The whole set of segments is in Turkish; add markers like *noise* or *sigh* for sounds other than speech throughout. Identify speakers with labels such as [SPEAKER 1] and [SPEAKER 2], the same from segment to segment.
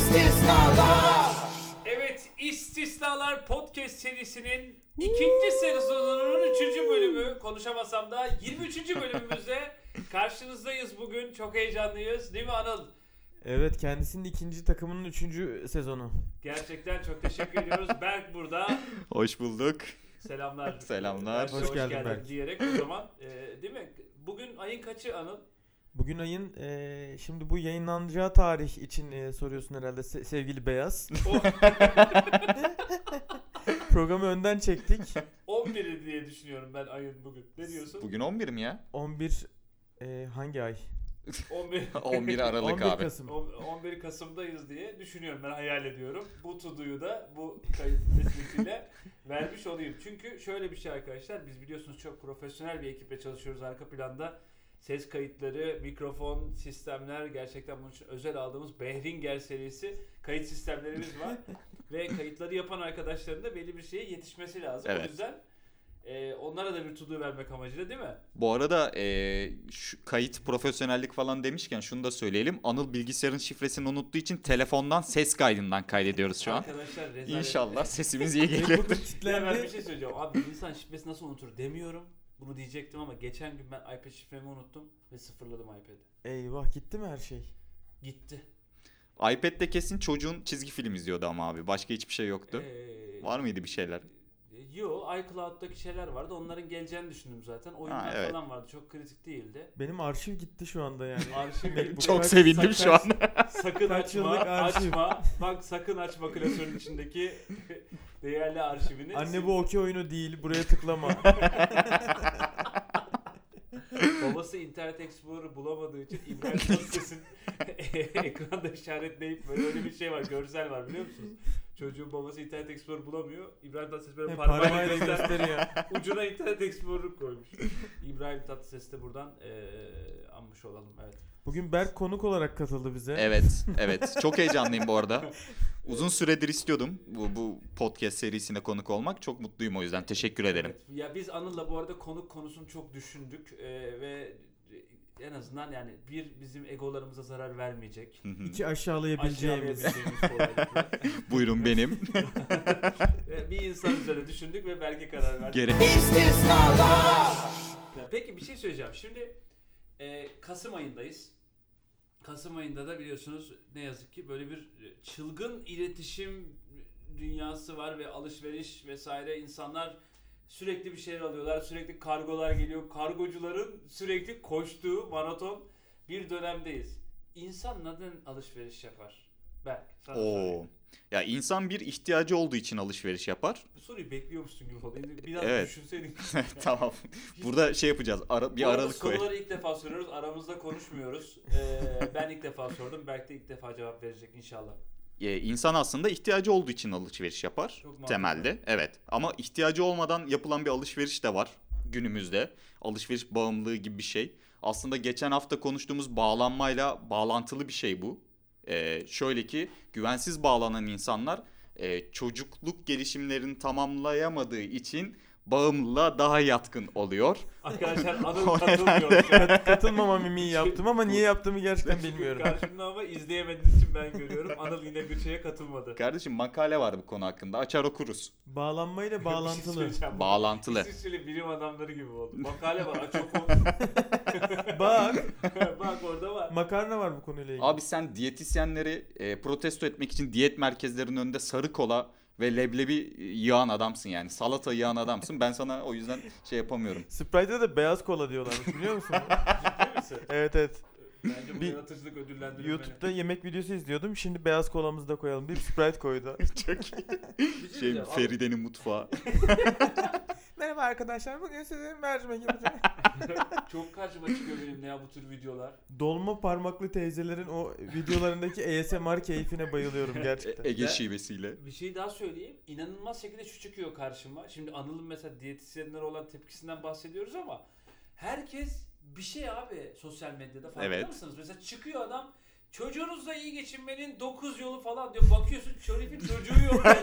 [SPEAKER 1] İstisnalar
[SPEAKER 2] Evet, İstisnalar Podcast serisinin ikinci sezonunun üçüncü bölümü. Konuşamasam da 23. bölümümüzde karşınızdayız bugün. Çok heyecanlıyız değil mi Anıl?
[SPEAKER 3] Evet kendisinin ikinci takımının üçüncü sezonu.
[SPEAKER 2] Gerçekten çok teşekkür ediyoruz. Berk burada.
[SPEAKER 4] Hoş bulduk.
[SPEAKER 2] Selamlar.
[SPEAKER 4] Selamlar.
[SPEAKER 2] Berk'e
[SPEAKER 3] Hoş geldin Berk.
[SPEAKER 2] diyerek o zaman. e, değil mi? Bugün ayın kaçı Anıl?
[SPEAKER 3] Bugün ayın eee, şimdi bu yayınlanacağı tarih için eee, soruyorsun herhalde se- sevgili
[SPEAKER 4] *laughs*
[SPEAKER 3] Beyaz.
[SPEAKER 2] O-
[SPEAKER 3] Programı önden çektik.
[SPEAKER 2] 11'i diye düşünüyorum ben ayın bugün. Ne diyorsun?
[SPEAKER 4] Bugün 11 mi *laughs* ya?
[SPEAKER 3] 11 eee, e, hangi ay?
[SPEAKER 2] 11
[SPEAKER 4] 11
[SPEAKER 3] *laughs*
[SPEAKER 4] Aralık
[SPEAKER 3] 11
[SPEAKER 4] abi.
[SPEAKER 3] Kasım.
[SPEAKER 2] On- 11 Kasım'dayız diye düşünüyorum ben hayal ediyorum. Bu tuduyu da bu kayıt vesilesiyle
[SPEAKER 4] *laughs*
[SPEAKER 2] vermiş olayım. Çünkü şöyle bir şey arkadaşlar biz biliyorsunuz çok profesyonel bir ekiple çalışıyoruz arka planda. Ses kayıtları, mikrofon, sistemler gerçekten bunun için özel aldığımız Behringer serisi kayıt sistemlerimiz
[SPEAKER 4] *laughs*
[SPEAKER 2] var. Ve kayıtları yapan arkadaşların da belli bir şeye yetişmesi lazım. O
[SPEAKER 4] Evet.
[SPEAKER 2] yüzden e, onlara da bir tuduyu vermek amacıyla değil mi?
[SPEAKER 4] Bu arada e, şu kayıt profesyonellik falan demişken şunu da söyleyelim. Anıl bilgisayarın şifresini unuttuğu için telefondan ses kaydından kaydediyoruz şu an.
[SPEAKER 2] Arkadaşlar rezalet.
[SPEAKER 4] İnşallah sesimiz iyi geliyor.
[SPEAKER 3] Rekordu
[SPEAKER 2] Ya ben bir
[SPEAKER 3] kilitlendi.
[SPEAKER 2] şey söyleyeceğim. Abi bir insan şifresi nasıl unutur demiyorum. Bunu diyecektim ama geçen gün ben iPad şifremi unuttum ve sıfırladım iPad'i.
[SPEAKER 3] Eyvah gitti mi her şey?
[SPEAKER 2] Gitti.
[SPEAKER 4] *laughs* iPad'de kesin çocuğun çizgi film izliyordu ama abi. Başka hiçbir şey yoktu.
[SPEAKER 2] Ee, e,
[SPEAKER 4] Var mıydı bir şeyler?
[SPEAKER 2] Yo iCloud'daki şeyler vardı. Onların geleceğini düşündüm zaten. Oyunlar
[SPEAKER 4] Ha, evet.
[SPEAKER 2] falan vardı. Çok kritik değildi.
[SPEAKER 3] Benim arşiv gitti şu anda yani. *laughs*
[SPEAKER 2] Arşiv değil.
[SPEAKER 3] Bu
[SPEAKER 4] *laughs* Çok
[SPEAKER 3] kaç-
[SPEAKER 4] sevindim şu an.
[SPEAKER 3] kaç-
[SPEAKER 2] sakın
[SPEAKER 3] Kaç
[SPEAKER 2] açma.
[SPEAKER 3] yıllık arşiv.
[SPEAKER 2] Açma. Bak sakın açma klasörün içindeki *laughs* değerli arşivini.
[SPEAKER 3] Anne bu okey oyunu değil buraya tıklama.
[SPEAKER 2] *laughs* Babası Internet Explorer bulamadığı için İbrahim Tatlıses'in *laughs* ekranda işaretleyip böyle öyle bir şey var, görsel var biliyor musunuz? Çocuğun babası Internet Explorer bulamıyor. İbrahim Tatlıses böyle
[SPEAKER 3] Hep
[SPEAKER 2] parmağıyla
[SPEAKER 3] Parmağıyla
[SPEAKER 2] göster-
[SPEAKER 3] E, gösteriyor.
[SPEAKER 2] *laughs* ucuna Internet Explorer'ı koymuş. İbrahim Tatlıses'i de buradan eee anmış olalım. Evet.
[SPEAKER 3] Bugün Berk konuk olarak katıldı bize.
[SPEAKER 4] Evet, evet. Çok heyecanlıyım bu arada. Uzun süredir istiyordum bu, bu podcast serisine konuk olmak. Çok mutluyum o yüzden. Teşekkür ederim.
[SPEAKER 2] Evet. Ya biz Anıl'la bu arada konuk konusunu çok düşündük eee, ve en azından yani bir bizim egolarımıza zarar vermeyecek.
[SPEAKER 4] Hı hı.
[SPEAKER 3] İki aşağılayabileceğimiz.
[SPEAKER 2] Aşağılayabileceğimiz kolaylıkla.
[SPEAKER 4] Buyurun benim.
[SPEAKER 2] Ve E, bir insan üzerine düşündük ve belki karar verdik.
[SPEAKER 4] Geri.
[SPEAKER 1] İstisnalar
[SPEAKER 2] Ya Peki bir şey söyleyeceğim. Şimdi e, Kasım ayındayız. Kasım ayında da biliyorsunuz ne yazık ki böyle bir e, çılgın iletişim dünyası var ve alışveriş vesaire insanlar sürekli bir şeyler alıyorlar. Sürekli kargolar geliyor. Kargocuların sürekli koştuğu maraton bir dönemdeyiz. İnsan neden alışveriş yapar? Berk sana
[SPEAKER 4] Oo.
[SPEAKER 2] sorayım.
[SPEAKER 4] Ya insan bir ihtiyacı olduğu için alışveriş yapar. *laughs*
[SPEAKER 2] Bu soruyu bekliyormuşsun gibi oldu. Biraz
[SPEAKER 4] Evet.
[SPEAKER 2] düşünseydik.
[SPEAKER 4] tamam. Burada şey yapacağız. Ara, bir
[SPEAKER 2] Bu arada
[SPEAKER 4] aralık koy.
[SPEAKER 2] Soruları ilk defa soruyoruz. Aramızda konuşmuyoruz.
[SPEAKER 4] *laughs*
[SPEAKER 2] Ee, ben ilk defa sordum. Berk de ilk defa cevap verecek inşallah.
[SPEAKER 4] E, insan aslında ihtiyacı olduğu için alışveriş yapar
[SPEAKER 2] Çok mantıklı.
[SPEAKER 4] temelde. Evet. Ama ihtiyacı olmadan yapılan bir alışveriş de var günümüzde. Alışveriş bağımlılığı gibi bir şey. Aslında geçen hafta konuştuğumuz bağlanmayla bağlantılı bir şey bu. E, şöyle ki güvensiz bağlanan insanlar e, çocukluk gelişimlerini tamamlayamadığı için bağımlılığa daha yatkın oluyor. *laughs*
[SPEAKER 2] Arkadaşlar
[SPEAKER 4] O
[SPEAKER 2] Anıl
[SPEAKER 4] *laughs*
[SPEAKER 2] katılmıyor. şu an.
[SPEAKER 3] Kat- katılmama mimiği yaptım ama niye yaptığımı gerçekten bilmiyorum.
[SPEAKER 2] Karşımda ama izleyemediğiniz için ben görüyorum. Anıl yine bir şeye katılmadı.
[SPEAKER 4] Kardeşim makale var bu konu hakkında. Açar okuruz.
[SPEAKER 3] Bağlanmayla
[SPEAKER 2] Bir şey
[SPEAKER 3] bağlantılı.
[SPEAKER 2] söyleyeceğim.
[SPEAKER 4] Bağlantılı.
[SPEAKER 2] İsviçreli bilim adamları gibi
[SPEAKER 4] *laughs*
[SPEAKER 2] oldu. Makale var. Aa, Çok
[SPEAKER 3] Bak
[SPEAKER 2] *laughs* Bak orada var.
[SPEAKER 3] makarna var bu konuyla ilgili.
[SPEAKER 4] Abi sen diyetisyenleri e, protesto etmek için diyet merkezlerinin önünde sarı kola ve leblebi yağan adamsın yani. Salata yağan adamsın. Ben sana o yüzden şey *laughs* yapamıyorum.
[SPEAKER 3] Sprite'de de beyaz kola diyorlar biliyor musun?
[SPEAKER 2] Ciddi misin?
[SPEAKER 3] evet evet.
[SPEAKER 2] Bence bu
[SPEAKER 3] Bir-
[SPEAKER 2] yaratıcılık ödüllendirilmeli.
[SPEAKER 3] YouTube'da yemek videosu izliyordum. Şimdi beyaz kolamızı da koyalım deyip Sprite koydu.
[SPEAKER 2] Bir şey
[SPEAKER 4] Şey
[SPEAKER 2] diyeceğim. Anıl-
[SPEAKER 4] Feride'nin mutfağı.
[SPEAKER 3] Merhaba arkadaşlar. Bugün size mercimek yapacağım.
[SPEAKER 2] Çok karşıma çıkıyor benim ya bu tür videolar.
[SPEAKER 3] *laughs* Dolma parmaklı teyzelerin o videolarındaki ASMR keyfine bayılıyorum
[SPEAKER 4] E-
[SPEAKER 3] gerçekten.
[SPEAKER 4] Ege
[SPEAKER 2] Ben-
[SPEAKER 4] şivesiyle.
[SPEAKER 2] Bir şey daha söyleyeyim. İnanılmaz şekilde şu çıkıyor karşıma. Şimdi Anıl'ın mesela diyetisyenlere olan tepkisinden bahsediyoruz ama herkes bir şey abi sosyal medyada farkında
[SPEAKER 4] Evet.
[SPEAKER 2] mısınız? Mesela çıkıyor adam çocuğunuzla iyi geçinmenin 9 yolu falan diyor. Bakıyorsun Şerif'in çocuğu yok. yani.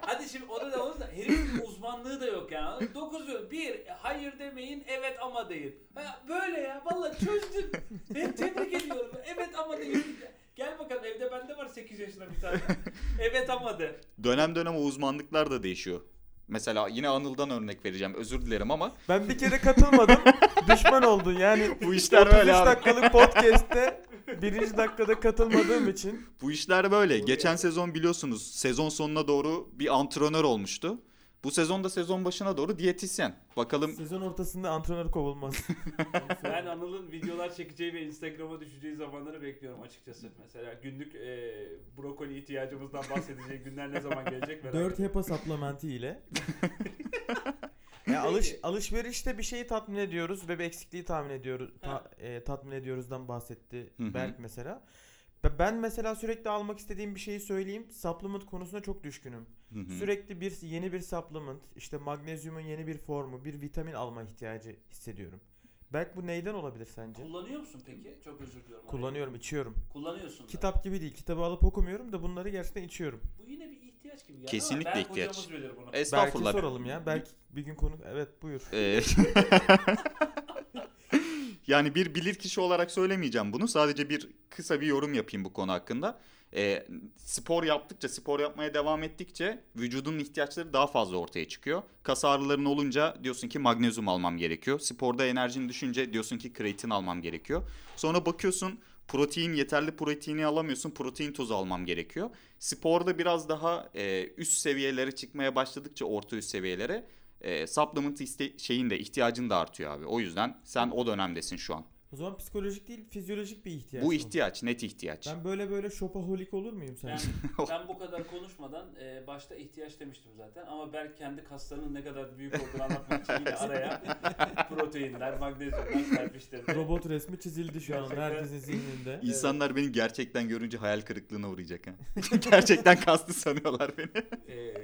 [SPEAKER 2] Hadi şimdi ona da olur da herifin uzmanlığı da yok yani. 9 yol. Bir hayır demeyin evet ama deyin. Ha, böyle ya valla çözdüm. Ben tebrik ediyorum. Evet ama deyin. Gel bakalım evde bende var 8 yaşında bir tane. evet ama de.
[SPEAKER 4] Dönem dönem o uzmanlıklar da değişiyor. Mesela yine Anıl'dan örnek vereceğim. Özür dilerim ama
[SPEAKER 3] Ben bir kere katılmadım. düşman oldun yani.
[SPEAKER 4] bu işler
[SPEAKER 3] 33
[SPEAKER 4] böyle abi.
[SPEAKER 3] dakikalık podcast'te birinci dakikada katılmadığım için.
[SPEAKER 4] Bu işler böyle. Geçen sezon biliyorsunuz sezon sonuna doğru bir antrenör olmuştu. Bu sezon da sezon başına doğru diyetisyen. Bakalım
[SPEAKER 3] Sezon ortasında antrenör *laughs* kovulmaz.
[SPEAKER 2] Ben Anıl'ın videolar çekeceği ve Instagram'a düşeceği zamanları bekliyorum açıkçası. Mesela günlük e, brokoli ihtiyacımızdan bahsedeceği günler ne zaman gelecek merak
[SPEAKER 3] Dört
[SPEAKER 2] ediyorum.
[SPEAKER 3] hepa supplementi *laughs* ile. ya alış alışverişte bir şeyi tatmin ediyoruz ve bir eksikliği tahmin ediyoruz. ta- e, tatmin ediyoruzdan bahsetti
[SPEAKER 4] Hı hı.
[SPEAKER 3] Berk mesela. Be- Ben mesela sürekli almak istediğim bir şeyi söyleyeyim. Supplement konusunda çok düşkünüm.
[SPEAKER 4] Hı hı.
[SPEAKER 3] Sürekli bir yeni bir supplement, işte magnezyumun yeni bir formu, bir vitamin alma ihtiyacı hissediyorum. Berk bu neyden olabilir sence?
[SPEAKER 2] Kullanıyor musun peki? Çok özür diliyorum.
[SPEAKER 3] Kullanıyorum, içiyorum.
[SPEAKER 2] Kullanıyorsun. da.
[SPEAKER 3] Kitap gibi değil. Kitabı alıp okumuyorum da bunları gerçekten içiyorum.
[SPEAKER 2] Bu yine bir ihtiyaç gibi. Yani
[SPEAKER 4] Kesinlikle
[SPEAKER 2] ama ben
[SPEAKER 4] ihtiyaç.
[SPEAKER 2] hocamız bilir bunu.
[SPEAKER 3] Berk'e
[SPEAKER 4] estağfurullah.
[SPEAKER 3] soralım ya. Berk bir gün konu... Evet buyur.
[SPEAKER 4] Ee,
[SPEAKER 3] *laughs*
[SPEAKER 4] *laughs* yani bir bilirkişi olarak söylemeyeceğim bunu. Sadece bir kısa bir yorum yapayım bu konu hakkında. Ee, spor yaptıkça, spor yapmaya devam ettikçe vücudun ihtiyaçları daha fazla ortaya çıkıyor. Kas ağrıların olunca diyorsun ki magnezyum almam gerekiyor. Sporda enerjin düşünce diyorsun ki kreatin almam gerekiyor. Sonra bakıyorsun protein yeterli proteini alamıyorsun. Protein tozu almam gerekiyor. Sporda biraz daha e, üst seviyelere çıkmaya başladıkça orta üst seviyelere e, supplement iste- şeyin de ihtiyacın da artıyor abi. O yüzden sen o dönemdesin şu an.
[SPEAKER 3] O zaman psikolojik değil fizyolojik bir ihtiyaç.
[SPEAKER 4] Bu
[SPEAKER 3] bu.
[SPEAKER 4] ihtiyaç, net ihtiyaç.
[SPEAKER 3] Ben böyle böyle şopaholik olur muyum sen?
[SPEAKER 2] Ben, ben bu kadar konuşmadan e, başta ihtiyaç demiştim zaten ama Berk kendi kaslarının ne kadar büyük olduğunu anlatmak için yine araya
[SPEAKER 3] *laughs*
[SPEAKER 2] proteinler, magnezyumlar serpiştirdi.
[SPEAKER 3] *laughs* Robot resmi çizildi şu an
[SPEAKER 2] Gerçekten.
[SPEAKER 3] herkesin
[SPEAKER 4] *laughs*
[SPEAKER 3] zihninde.
[SPEAKER 2] e,
[SPEAKER 4] İnsanlar beni gerçekten görünce hayal kırıklığına uğrayacak ha. *laughs* gerçekten kastı sanıyorlar beni.
[SPEAKER 2] E,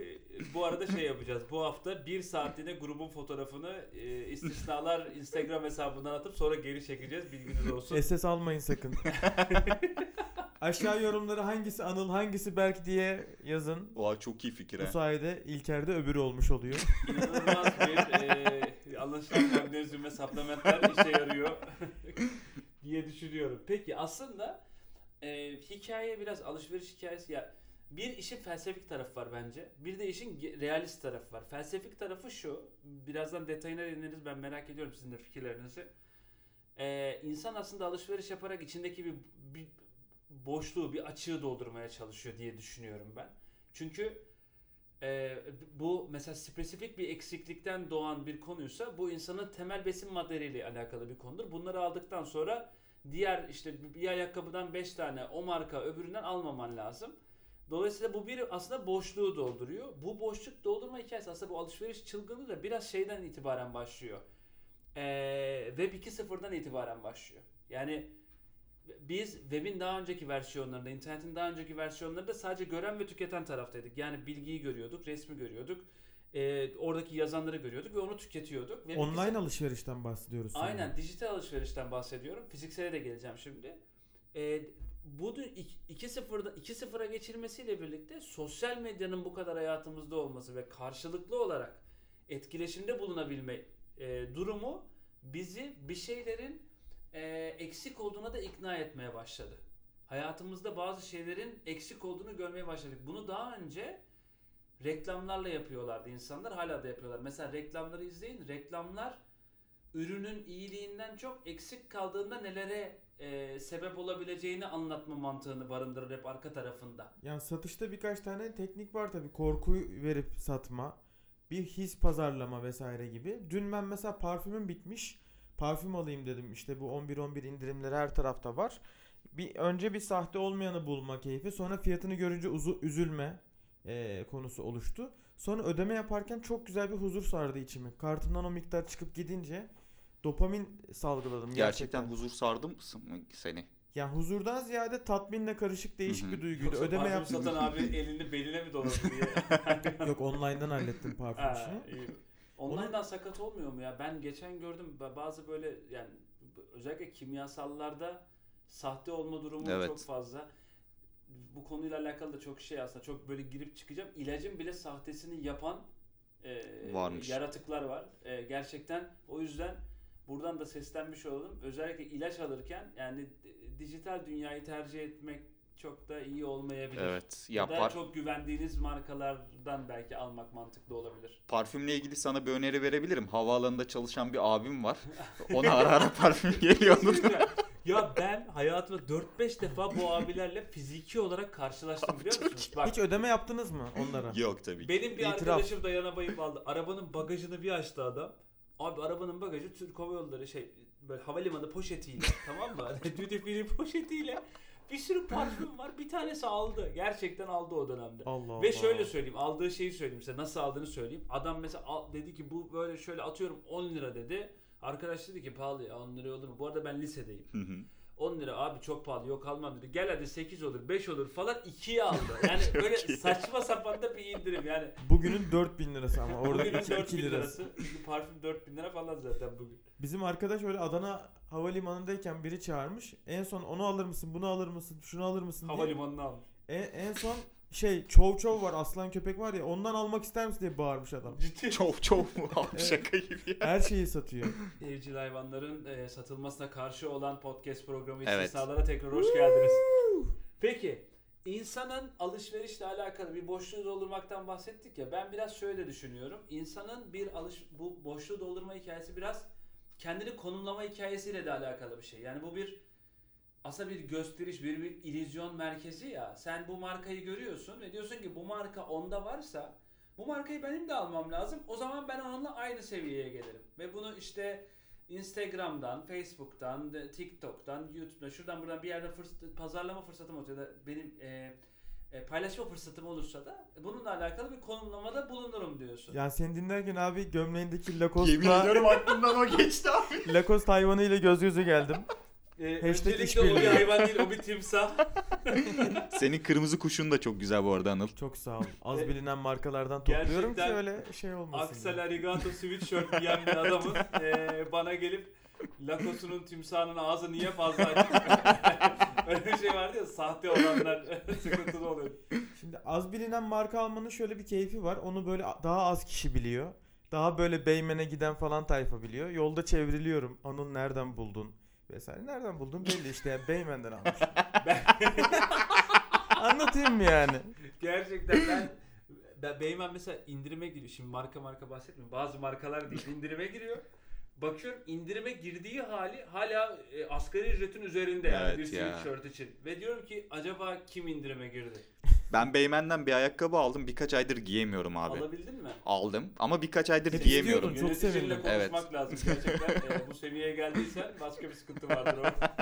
[SPEAKER 2] bu arada şey yapacağız. Bu hafta bir saatliğine grubun fotoğrafını e, istisnalar Instagram hesabından atıp sonra geri çekeceğiz. Bilginiz olsun.
[SPEAKER 3] SS almayın sakın. Aşağı yorumları hangisi Anıl hangisi Berk diye yazın.
[SPEAKER 4] Oha çok iyi fikir
[SPEAKER 3] Bu
[SPEAKER 4] ha.
[SPEAKER 3] sayede İlker'de öbürü olmuş oluyor.
[SPEAKER 2] İnanılmaz bir e, anlaşılan magnezyum ve supplementler işe yarıyor *laughs* diye düşünüyorum. Peki aslında e, hikaye biraz alışveriş hikayesi. Ya bir işin felsefik tarafı var bence. Bir de işin ge- realist tarafı var. Felsefik tarafı şu. Birazdan detayına ineriz. Ben merak ediyorum sizin de fikirlerinizi. E, insan aslında alışveriş yaparak içindeki bir, bir boşluğu, bir açığı doldurmaya çalışıyor diye düşünüyorum ben. Çünkü ee, bu mesela spesifik bir eksiklikten doğan bir konuysa bu insanın temel besin maddeleriyle alakalı bir konudur. Bunları aldıktan sonra diğer işte bir ayakkabıdan 5 tane o marka öbüründen almaman lazım. Dolayısıyla bu bir aslında boşluğu dolduruyor. Bu boşluk doldurma hikayesi aslında bu alışveriş çılgınlığı da biraz şeyden itibaren başlıyor. Ee, Web 2.0'dan itibaren başlıyor. Yani biz web'in daha önceki versiyonlarında, internetin daha önceki versiyonlarında sadece gören ve tüketen taraftaydık. Yani bilgiyi görüyorduk, resmi görüyorduk, e, oradaki yazanları görüyorduk ve onu tüketiyorduk. Web ikisi-
[SPEAKER 3] Online alışverişten bahsediyoruz. sonra.
[SPEAKER 2] Aynen dijital alışverişten bahsediyorum. Fiziksele de geleceğim şimdi. Ee, bu dü- ik- 2.0'da 2.0'a geçilmesiyle birlikte sosyal medyanın bu kadar hayatımızda olması ve karşılıklı olarak etkileşimde bulunabilme e, durumu bizi bir şeylerin e, eksik olduğuna da ikna etmeye başladı. Hayatımızda bazı şeylerin eksik olduğunu görmeye başladık. Bunu daha önce reklamlarla yapıyorlardı insanlar hala da yapıyorlar. Mesela reklamları izleyin. Reklamlar ürünün iyiliğinden çok eksik kaldığında nelere e, sebep olabileceğini anlatma mantığını barındırır hep arka tarafında.
[SPEAKER 3] Yani satışta birkaç tane teknik var tabii. Korkuyu verip satma, bir his pazarlama vesaire gibi. Dün ben mesela parfümüm bitmiş. Parfüm alayım dedim. İşte bu 11-11 indirimleri her tarafta var. Bir önce bir sahte olmayanı bulma keyfi, sonra fiyatını görünce uzu, üzülme eee, konusu oluştu. Sonra ödeme yaparken çok güzel bir huzur sardı içimi. Kartımdan o miktar çıkıp gidince dopamin salgıladım
[SPEAKER 4] Gerçekten,
[SPEAKER 3] gerçekten.
[SPEAKER 4] huzur sardı mı seni?
[SPEAKER 3] Yani huzurdan ziyade tatminle karışık değişik
[SPEAKER 4] Hı hı.
[SPEAKER 3] bir duyguydu.
[SPEAKER 2] Yoksa
[SPEAKER 3] Ödeme
[SPEAKER 2] parfüm
[SPEAKER 3] yap
[SPEAKER 2] satan abi elini beline mi doladı diye.
[SPEAKER 3] *laughs* Yok online'dan hallettim
[SPEAKER 2] *laughs*
[SPEAKER 3] parfüm
[SPEAKER 2] Ha,
[SPEAKER 3] işini.
[SPEAKER 2] iyi. Onlardan sakat olmuyor mu ya? Ben geçen gördüm ba- bazı böyle yani b- özellikle kimyasallarda sahte olma durumu
[SPEAKER 4] Evet.
[SPEAKER 2] çok fazla. Bu konuyla alakalı da çok şey aslında çok böyle girip çıkacağım. İlacın bile sahtesini yapan e,
[SPEAKER 4] Varmış.
[SPEAKER 2] yaratıklar var. E, gerçekten o yüzden buradan da seslenmiş olalım. Özellikle ilaç alırken yani d- dijital dünyayı tercih etmek çok da iyi olmayabilir.
[SPEAKER 4] Evet.
[SPEAKER 2] Ya
[SPEAKER 4] Ya
[SPEAKER 2] da
[SPEAKER 4] par-
[SPEAKER 2] çok güvendiğiniz markalardan belki almak mantıklı
[SPEAKER 4] *laughs*
[SPEAKER 2] olabilir.
[SPEAKER 4] parfümle ilgili sana bir öneri verebilirim. Havaalanında çalışan bir
[SPEAKER 2] *laughs*
[SPEAKER 4] abim var. Ona ara ara parfüm geliyor.
[SPEAKER 2] ya ben hayatımda 4-5 defa bu abilerle fiziki olarak karşılaştım biliyor musunuz? Bak
[SPEAKER 3] Hiç ödeme yaptınız mı onlara?
[SPEAKER 4] Yok tabii ki.
[SPEAKER 2] benim bir
[SPEAKER 3] İtiraf.
[SPEAKER 2] arkadaşım dayana bayıp aldı. Arabanın bagajını bir açtı adam. Abi arabanın bagajı Türk Hava Yolları şey böyle havalimanı poşetiyle tamam mı? *laughs* Duty free poşetiyle bir sürü parfüm var. Bir tanesi aldı. Gerçekten aldı o dönemde.
[SPEAKER 3] Allah Allah.
[SPEAKER 2] Ve şöyle söyleyeyim aldığı şeyi söyleyeyim size nasıl aldığını söyleyeyim. Adam mesela al- dedi ki bu böyle şöyle atıyorum 10 lira dedi. Arkadaş dedi ki pahalı ya 10 lira olur mu? Bu arada ben lisedeyim.
[SPEAKER 4] Hı hı.
[SPEAKER 2] 10 lira abi çok pahalı yok almam dedi. Gel hadi 8 olur 5 olur falan 2'ye aldı.
[SPEAKER 3] *laughs*
[SPEAKER 2] Yani böyle saçma sapan da bir indirim yani.
[SPEAKER 3] Bugünün 4000 lirası ama orada
[SPEAKER 2] Bugünün
[SPEAKER 3] 2,
[SPEAKER 2] 4000
[SPEAKER 3] lirası.
[SPEAKER 2] lirası. Çünkü parfüm 4000 lira falan zaten bugün.
[SPEAKER 3] Bizim arkadaş öyle Adana havalimanındayken biri çağırmış. En son onu alır mısın, bunu alır mısın, şunu alır mısın diye.
[SPEAKER 2] Havalimanına almış.
[SPEAKER 3] En, en son şey çov çov var aslan köpek var ya ondan almak ister misin diye bağırmış adam.
[SPEAKER 2] Ciddi.
[SPEAKER 4] Çok
[SPEAKER 2] *laughs*
[SPEAKER 4] çok mu? Abi
[SPEAKER 3] Evet.
[SPEAKER 4] şaka gibi ya.
[SPEAKER 3] Her şeyi satıyor.
[SPEAKER 2] Evcil hayvanların e, satılmasına karşı olan podcast programı
[SPEAKER 4] Evet.
[SPEAKER 2] istisnalara tekrar hoş geldiniz. Peki insanın alışverişle alakalı bir boşluğu doldurmaktan bahsettik ya ben biraz şöyle düşünüyorum. İnsanın bir alış bu boşluğu doldurma hikayesi biraz kendini konumlama hikayesiyle de alakalı bir şey. Yani bu bir aslında bir gösteriş, bir, bir illüzyon merkezi ya. Sen bu markayı görüyorsun ve diyorsun ki bu marka onda varsa bu markayı benim de almam lazım. O zaman ben onunla aynı seviyeye gelirim. Ve bunu işte Instagram'dan, Facebook'tan, de- TikTok'tan, YouTube'dan, şuradan buradan bir yerden fırs- pazarlama fırsatım olursa ya da benim e, e, paylaşma fırsatım olursa da bununla alakalı bir konumlamada bulunurum diyorsun.
[SPEAKER 3] Yani seni dinlerken abi gömleğindeki
[SPEAKER 4] Yemin
[SPEAKER 3] Lacoste,
[SPEAKER 4] ediyorum aklımdan o geçti abi.
[SPEAKER 3] Lacoste hayvanı ile göz göze geldim.
[SPEAKER 2] Ee,
[SPEAKER 3] Hashtag
[SPEAKER 2] öncelikle
[SPEAKER 3] işbirliği.
[SPEAKER 2] o bir hayvan değil, o bir timsah.
[SPEAKER 4] Senin kırmızı kuşun da çok güzel bu arada Anıl.
[SPEAKER 3] Çok sağ ol. Az
[SPEAKER 2] E,
[SPEAKER 3] bilinen markalardan topluyorum ki
[SPEAKER 2] gerçekten
[SPEAKER 3] öyle şey olmasın.
[SPEAKER 2] Aksel Arigato sweatshirt giyen bir adamın ee, bana gelip Lakosu'nun timsahının ağzı niye fazla açık? *laughs* Öyle bir şey vardı ya sahte olanlar *laughs* sıkıntılı oluyor.
[SPEAKER 3] Şimdi az bilinen marka almanın şöyle bir keyfi var. Onu böyle daha az kişi biliyor. Daha böyle Beymen'e giden falan tayfa biliyor. Yolda çevriliyorum. Anıl nereden buldun? Vesaire. Nereden buldun belli işte. Yani Beymen'den almış.
[SPEAKER 2] Ben-
[SPEAKER 3] *laughs* Anlatayım mı yani?
[SPEAKER 2] Gerçekten ben ben Beymen mesela indirime giriyor. Şimdi marka marka bahsetmiyorum. Bazı markalar değil indirime giriyor. Bakıyorum indirime girdiği hali hala e, asgari ücretin üzerinde yani
[SPEAKER 4] Evet
[SPEAKER 2] bir
[SPEAKER 4] ya.
[SPEAKER 2] sweatshirt için. Ve diyorum ki acaba kim indirime girdi?
[SPEAKER 4] Ben Beymen'den bir ayakkabı aldım. Birkaç aydır giyemiyorum abi.
[SPEAKER 2] Alabildin mi?
[SPEAKER 4] Aldım ama birkaç aydır
[SPEAKER 3] Hep
[SPEAKER 4] giyemiyorum.
[SPEAKER 3] istiyordun. Çok
[SPEAKER 2] Yöneticiyle
[SPEAKER 3] sevindim.
[SPEAKER 2] konuşmak lazım
[SPEAKER 4] *laughs*
[SPEAKER 2] gerçekten. E, bu seviyeye geldiysen başka bir sıkıntı vardır orada.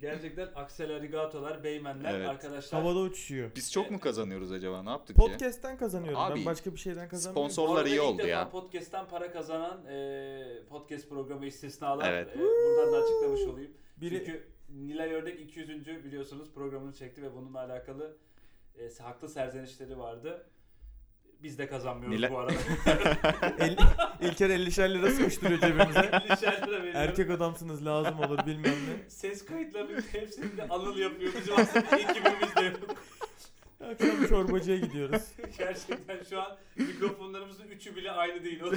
[SPEAKER 2] gerçekten Aksel Arigato'lar, Beymenler
[SPEAKER 4] Evet.
[SPEAKER 2] arkadaşlar.
[SPEAKER 3] Havada uçuşuyor.
[SPEAKER 4] Biz çok mu kazanıyoruz acaba? Ne yaptık ya?
[SPEAKER 3] Podcast'ten kazanıyorum.
[SPEAKER 4] Abi,
[SPEAKER 3] ben başka bir şeyden kazanmıyorum.
[SPEAKER 4] sponsor- Sorular
[SPEAKER 2] Bu arada
[SPEAKER 4] iyi
[SPEAKER 2] ilk
[SPEAKER 4] oldu
[SPEAKER 2] defa
[SPEAKER 4] ya.
[SPEAKER 2] Podcast'ten para kazanan e, podcast programı istisnalar.
[SPEAKER 4] Evet.
[SPEAKER 2] E, buradan da açıklamış olayım.
[SPEAKER 3] Biri *laughs*
[SPEAKER 2] Çünkü Nilay Ördek 200. biliyorsunuz programını çekti ve bununla alakalı e, haklı serzenişleri vardı. Biz de kazanmıyoruz
[SPEAKER 4] Nilay-
[SPEAKER 2] bu
[SPEAKER 4] *laughs*
[SPEAKER 2] arada.
[SPEAKER 3] 50, İlker 50'şer lira sıkıştırıyor cebimize.
[SPEAKER 2] Nişanlara veriyorum.
[SPEAKER 3] Erkek adamsınız lazım olur bilmem ne.
[SPEAKER 2] Ses kayıtlarının *laughs* hepsini de Anıl yapıyor. Bizim aslında *laughs* ekibimiz de yok. *laughs*
[SPEAKER 3] Akşam çorbacıya gidiyoruz.
[SPEAKER 2] Gerçekten şu an mikrofonlarımızın üçü bile aynı değil. *laughs* O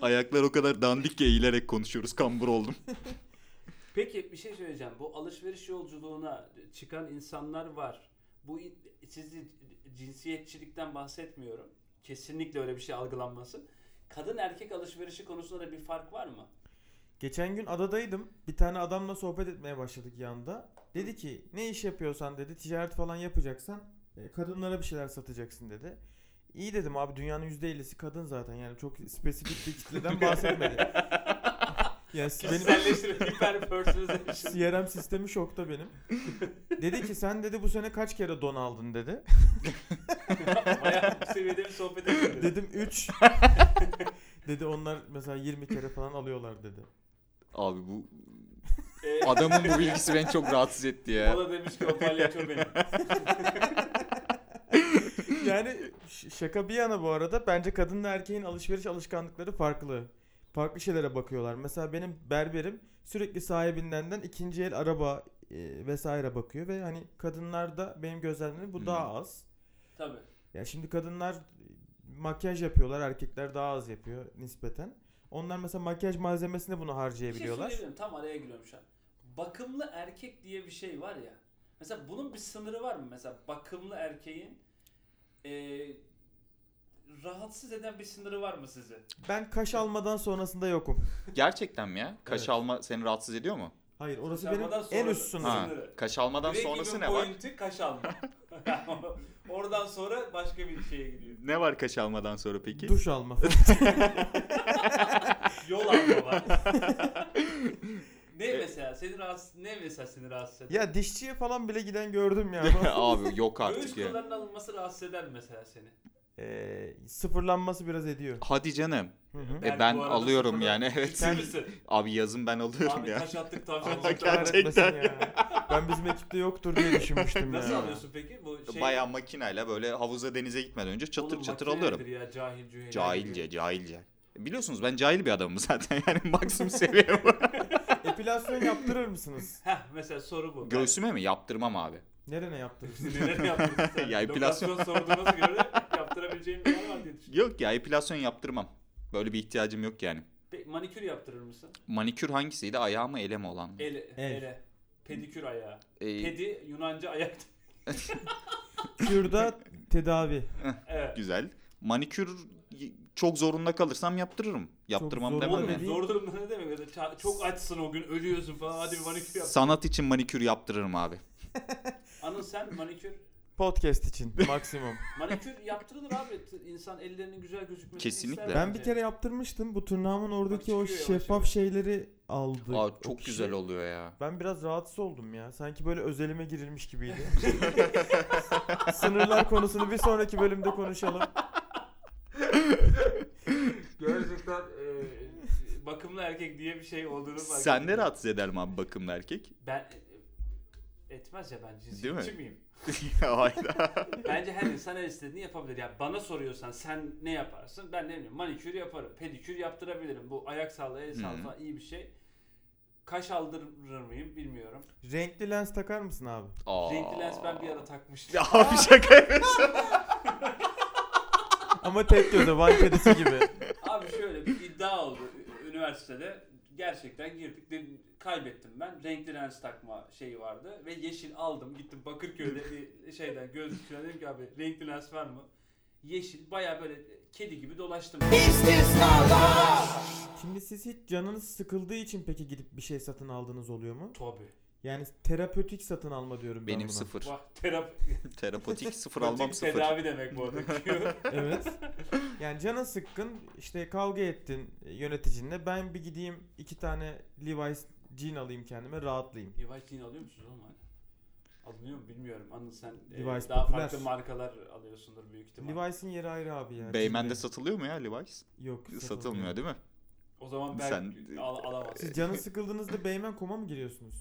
[SPEAKER 4] Ayaklar o kadar dandik ki eğilerek konuşuyoruz. Kambur oldum.
[SPEAKER 2] Peki bir şey söyleyeceğim. Bu alışveriş yolculuğuna çıkan insanlar var. Bu in- sizi cinsiyetçilikten bahsetmiyorum. Kesinlikle öyle bir şey algılanmasın. Kadın erkek alışverişi konusunda da bir fark var mı?
[SPEAKER 3] Geçen gün adadaydım. Bir tane adamla sohbet etmeye başladık yanda. Dedi ki ne iş yapıyorsan dedi ticaret falan yapacaksan e, kadınlara bir şeyler satacaksın dedi. İyi dedim abi dünyanın %50'si kadın zaten yani çok spesifik bir kitleden bahsetmedi. yani benim
[SPEAKER 2] Kişiselleştirme, hiperpersonalization.
[SPEAKER 3] CRM sistemi şokta benim. dedi ki sen dedi bu sene kaç kere don aldın dedi.
[SPEAKER 2] Bayağı bu seviyede bir sohbet ediyoruz.
[SPEAKER 3] Dedim 3. dedi onlar mesela 20 kere falan alıyorlar dedi.
[SPEAKER 4] *laughs* Abi bu
[SPEAKER 2] Ee,
[SPEAKER 4] adamın bu bilgisi beni çok rahatsız etti ya.
[SPEAKER 2] Bana demiş ki o palyaço benim.
[SPEAKER 3] Yani ş- şaka bir yana bu arada bence kadınla erkeğin alışveriş alışkanlıkları farklı. Farklı şeylere bakıyorlar. Mesela benim berberim sürekli sahibindenden ikinci el araba e, vesaire bakıyor ve hani kadınlarda benim gözlemlerim bu
[SPEAKER 4] Hı.
[SPEAKER 3] daha az.
[SPEAKER 2] Tabii.
[SPEAKER 3] Ya şimdi kadınlar e, makyaj yapıyorlar, erkekler daha az yapıyor nispeten. Onlar mesela makyaj malzemesine bunu harcayabiliyorlar.
[SPEAKER 2] Bir şey söyleyebilirim. Tam araya giriyorum şu an. Bakımlı erkek diye bir şey var ya. Mesela bunun bir sınırı var mı? Mesela bakımlı erkeğin eee, rahatsız eden bir sınırı var mı sizi?
[SPEAKER 3] ben kaş almadan sonrasında yokum.
[SPEAKER 4] Gerçekten mi ya? Kaş
[SPEAKER 3] Evet.
[SPEAKER 4] alma seni rahatsız ediyor mu?
[SPEAKER 3] Hayır orası
[SPEAKER 2] Kaş
[SPEAKER 3] benim
[SPEAKER 2] almadan
[SPEAKER 3] en
[SPEAKER 2] sonra-
[SPEAKER 3] üst sınırım.
[SPEAKER 4] Ha,
[SPEAKER 2] Sınırı.
[SPEAKER 4] kaş almadan
[SPEAKER 2] Direkt
[SPEAKER 4] sonrası
[SPEAKER 2] gibi
[SPEAKER 4] ne var?
[SPEAKER 2] pointi kaş
[SPEAKER 4] *laughs*
[SPEAKER 2] alma. *laughs* Oradan sonra başka bir şeye gidiyor.
[SPEAKER 4] Ne var kaş almadan sonra peki?
[SPEAKER 3] Duş alma. falan.
[SPEAKER 2] Yol alma
[SPEAKER 4] *laughs*
[SPEAKER 2] var.
[SPEAKER 4] E-
[SPEAKER 2] ne mesela seni rahatsız ne mesela seni rahatsız eder?
[SPEAKER 3] ya dişçiye falan bile giden gördüm ya. *laughs*
[SPEAKER 4] *laughs* *laughs* Abi yok
[SPEAKER 2] Göğüs
[SPEAKER 4] artık ya.
[SPEAKER 2] kıllarının alınması rahatsız eder mi mesela seni?
[SPEAKER 3] Ee, sıfırlanması biraz ediyor.
[SPEAKER 4] Hadi canım.
[SPEAKER 3] Hı
[SPEAKER 4] *laughs*
[SPEAKER 3] hı.
[SPEAKER 4] E
[SPEAKER 2] Yani
[SPEAKER 4] ben
[SPEAKER 2] bu arada
[SPEAKER 4] alıyorum
[SPEAKER 2] sıfırdan-
[SPEAKER 4] yani evet.
[SPEAKER 2] İster
[SPEAKER 4] *laughs*
[SPEAKER 2] misin?
[SPEAKER 4] Abi yazın ben alıyorum
[SPEAKER 2] Abi
[SPEAKER 4] ya.
[SPEAKER 2] taş attık
[SPEAKER 4] *laughs*
[SPEAKER 3] Allah
[SPEAKER 2] tavşan
[SPEAKER 4] Ama
[SPEAKER 2] çıktı.
[SPEAKER 4] gerçekten.
[SPEAKER 3] kahretmesin ya. Ben bizim ekipte yoktur diye düşünmüştüm
[SPEAKER 2] Nasıl
[SPEAKER 3] ya.
[SPEAKER 2] alıyorsun peki? Bu şey,
[SPEAKER 4] Bayağı makineyle böyle havuza denize gitmeden önce çatır
[SPEAKER 2] Oğlum
[SPEAKER 4] çatır
[SPEAKER 2] makine
[SPEAKER 4] alıyorum.
[SPEAKER 2] nedir Ya, cahil cüheyl.
[SPEAKER 4] Cahilce cahilce. Biliyorsunuz ben cahil bir adamım *laughs* zaten yani maksimum seviye bu. *laughs*
[SPEAKER 3] Epilasyon yaptırır mısınız?
[SPEAKER 2] Heh mesela soru bu.
[SPEAKER 4] Göğsüme mi? Yaptırmam abi.
[SPEAKER 3] Nerene yaptırırsınız?
[SPEAKER 2] Ben- *laughs* Neler yaptın sen?
[SPEAKER 4] *laughs* Ya, epilasyon.
[SPEAKER 2] Lokasyon sorduğuna göre yaptırabileceğim bir yer var diye düşünüyorum.
[SPEAKER 4] Yok ya epilasyon yaptırmam. Böyle bir ihtiyacım yok yani.
[SPEAKER 2] Pe- Manikür yaptırır mısın?
[SPEAKER 4] Manikür hangisiydi? Ayağı mı ele mi olan mı?
[SPEAKER 2] Ele,
[SPEAKER 3] El.
[SPEAKER 2] ele. Pedikür ayağı.
[SPEAKER 4] Ee,
[SPEAKER 2] Pedi Yunanca ayak. *laughs*
[SPEAKER 3] Kürda tedavi.
[SPEAKER 2] Evet.
[SPEAKER 4] güzel. Manikür y- çok zorunda kalırsam yaptırırım. Yaptırmam
[SPEAKER 3] zorunda
[SPEAKER 4] demem yani.
[SPEAKER 3] dediğin-
[SPEAKER 2] Zor durumda ne demek? Mesela ça- Çok açsın o gün ölüyorsun falan hadi bir manikür yap.
[SPEAKER 4] Sanat için manikür yaptırırım abi.
[SPEAKER 2] Anıl sen manikür
[SPEAKER 3] Podcast için
[SPEAKER 4] *laughs*
[SPEAKER 3] maksimum.
[SPEAKER 2] manikür yaptırılır abi. T- İnsan ellerinin güzel gözükmesini
[SPEAKER 4] Kesinlikle.
[SPEAKER 2] ister
[SPEAKER 3] Ben
[SPEAKER 2] bence.
[SPEAKER 3] bir kere yaptırmıştım. Bu tırnağımın oradaki o
[SPEAKER 2] Bak çıkıyor yavaş
[SPEAKER 3] şeffaf
[SPEAKER 2] yavaş.
[SPEAKER 3] şeyleri aldı.
[SPEAKER 4] Aa,
[SPEAKER 3] o
[SPEAKER 4] çok
[SPEAKER 3] kişi.
[SPEAKER 4] güzel oluyor ya.
[SPEAKER 3] Ben biraz rahatsız oldum ya. Sanki böyle özelime girilmiş
[SPEAKER 4] *laughs*
[SPEAKER 3] gibiydi. Sınırlar konusunu bir sonraki bölümde konuşalım.
[SPEAKER 2] gerçekten e, bakımlı erkek diye bir şey olduğunu fark
[SPEAKER 4] Sen
[SPEAKER 2] ettim.
[SPEAKER 4] de rahatsız eder mi abi bakımlı erkek? *laughs*
[SPEAKER 2] Ben e, etmez ya ben
[SPEAKER 4] Değil mi?
[SPEAKER 2] cinsiyetçi miyim?
[SPEAKER 4] Hayda.
[SPEAKER 2] Bence her insan her istediğini yapabilir. Ya bana soruyorsan sen ne yaparsın? Ben ne bileyim manikür yaparım, pedikür yaptırabilirim. Bu ayak sağlığı, el
[SPEAKER 4] Hı.
[SPEAKER 2] sağlığı falan iyi bir şey. Kaş aldırır mıyım bilmiyorum.
[SPEAKER 3] Renkli lens takar mısın abi?
[SPEAKER 4] Aa.
[SPEAKER 2] Renkli lens ben bir ara takmıştım.
[SPEAKER 4] *laughs* Ya Abi şaka yapıyorsun.
[SPEAKER 3] Ama tek göze van kedisi gibi.
[SPEAKER 2] Abi şöyle bir iddia oldu ü- üniversitede. Gerçekten girdik. De, kaybettim ben. Renkli lens takma şeyi vardı. Ve yeşil aldım. Gittim Bakırköy'de bir şeyden gözlükçüden dedim ki abi renkli lens var mı? Yeşil baya böyle kedi gibi dolaştım.
[SPEAKER 1] istisnalar,
[SPEAKER 3] Şimdi siz hiç canınız sıkıldığı için peki gidip bir şey satın aldığınız oluyor mu?
[SPEAKER 2] Tabii.
[SPEAKER 3] Yani terapötik satın alma diyorum ben
[SPEAKER 4] Benim
[SPEAKER 3] buna.
[SPEAKER 4] sıfır.
[SPEAKER 2] Vah terapi.
[SPEAKER 4] Terapotik sıfır almam
[SPEAKER 2] Pratik
[SPEAKER 4] sıfır.
[SPEAKER 2] Tedavi demek bu
[SPEAKER 4] *laughs*
[SPEAKER 2] arada.
[SPEAKER 3] Evet. Yani canın sıkkın işte kavga ettin e, yöneticinle ben bir gideyim iki tane Levi's jean alayım kendime rahatlayayım.
[SPEAKER 2] Levi's jean alıyor musunuz oğlum? Alınıyor mu bilmiyorum. Anıl sen e,
[SPEAKER 3] Levi's
[SPEAKER 2] daha
[SPEAKER 3] popüler.
[SPEAKER 2] farklı markalar alıyorsundur büyük ihtimal.
[SPEAKER 3] Levi's'in yeri ayrı abi ya.
[SPEAKER 4] Beymen'de
[SPEAKER 3] Jean'de-
[SPEAKER 4] satılıyor mu ya Levi's?
[SPEAKER 3] Yok
[SPEAKER 4] Satılmıyor değil mi?
[SPEAKER 2] O zaman ben
[SPEAKER 4] Sen-
[SPEAKER 2] al- alamazsın.
[SPEAKER 3] Siz canı sıkıldığınızda Beymen koma mı giriyorsunuz?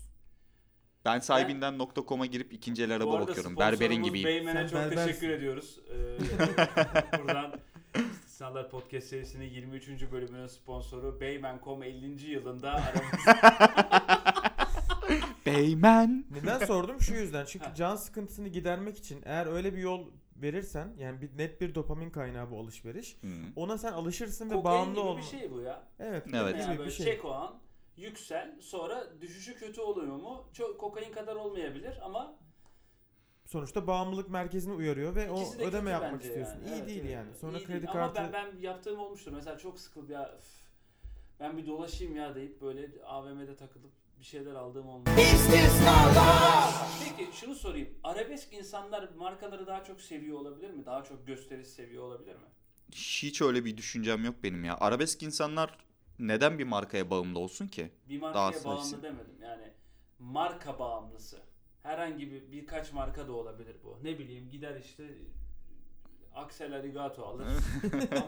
[SPEAKER 4] Ben sahibinden.com'a girip ikinci el araba
[SPEAKER 2] Bu arada
[SPEAKER 4] bakıyorum.
[SPEAKER 2] sponsorumuz
[SPEAKER 4] Berberin gibiyim.
[SPEAKER 2] Beymen'e
[SPEAKER 3] Sen
[SPEAKER 2] çok
[SPEAKER 3] berbersin.
[SPEAKER 2] teşekkür ediyoruz. Ee,
[SPEAKER 3] *laughs*
[SPEAKER 2] buradan İstisnalar Podcast serisinin 23. bölümünün sponsoru Beymen.com 50.
[SPEAKER 3] *laughs*
[SPEAKER 2] yılında aramızda.
[SPEAKER 4] Beymen.
[SPEAKER 3] Neden
[SPEAKER 2] *laughs*
[SPEAKER 3] sordum? Şu yüzden. Çünkü
[SPEAKER 2] Ha.
[SPEAKER 3] can sıkıntısını gidermek için eğer öyle bir yol verirsen yani bir net bir dopamin kaynağı bu alışveriş.
[SPEAKER 4] Hı.
[SPEAKER 3] Ona sen alışırsın ve
[SPEAKER 2] Kokain
[SPEAKER 3] bağımlı
[SPEAKER 2] gibi
[SPEAKER 3] olma.
[SPEAKER 2] bir şey bu ya.
[SPEAKER 3] Evet.
[SPEAKER 4] Evet.
[SPEAKER 3] gibi
[SPEAKER 2] Yani
[SPEAKER 3] bir
[SPEAKER 2] böyle
[SPEAKER 3] şey.
[SPEAKER 2] çek o an, yüksel, sonra düşüşü kötü oluyor mu? Çok kokain kadar olmayabilir ama
[SPEAKER 3] Sonuçta bağımlılık merkezini uyarıyor ve o
[SPEAKER 2] İkisi de
[SPEAKER 3] ödeme
[SPEAKER 2] kötü
[SPEAKER 3] yapmak
[SPEAKER 2] bence
[SPEAKER 3] istiyorsun.
[SPEAKER 2] yani.
[SPEAKER 3] İyi
[SPEAKER 2] Evet,
[SPEAKER 3] değil
[SPEAKER 2] evet.
[SPEAKER 3] yani. Sonra
[SPEAKER 2] İyi
[SPEAKER 3] kredi
[SPEAKER 2] değil.
[SPEAKER 3] kartı
[SPEAKER 2] Ama ben, ben yaptığım olmuştur. Mesela çok sıkıldım ya üf, ben bir dolaşayım ya deyip böyle AVM'de takılıp bir şeyler aldığım olmuş.
[SPEAKER 1] istisnalar,
[SPEAKER 2] Peki şunu sorayım. Arabesk insanlar markaları daha çok seviyor olabilir mi? Daha çok gösteriş seviyor olabilir mi?
[SPEAKER 4] Hiç öyle bir düşüncem yok benim ya. Arabesk insanlar neden bir markaya bağımlı olsun ki?
[SPEAKER 2] Bir
[SPEAKER 4] Daha
[SPEAKER 2] markaya
[SPEAKER 4] aslında
[SPEAKER 2] bağımlı
[SPEAKER 4] hepsi-
[SPEAKER 2] demedim. Yani marka bağımlısı. Herhangi bir birkaç marka da olabilir bu. Ne bileyim gider işte Axel Arigato alır.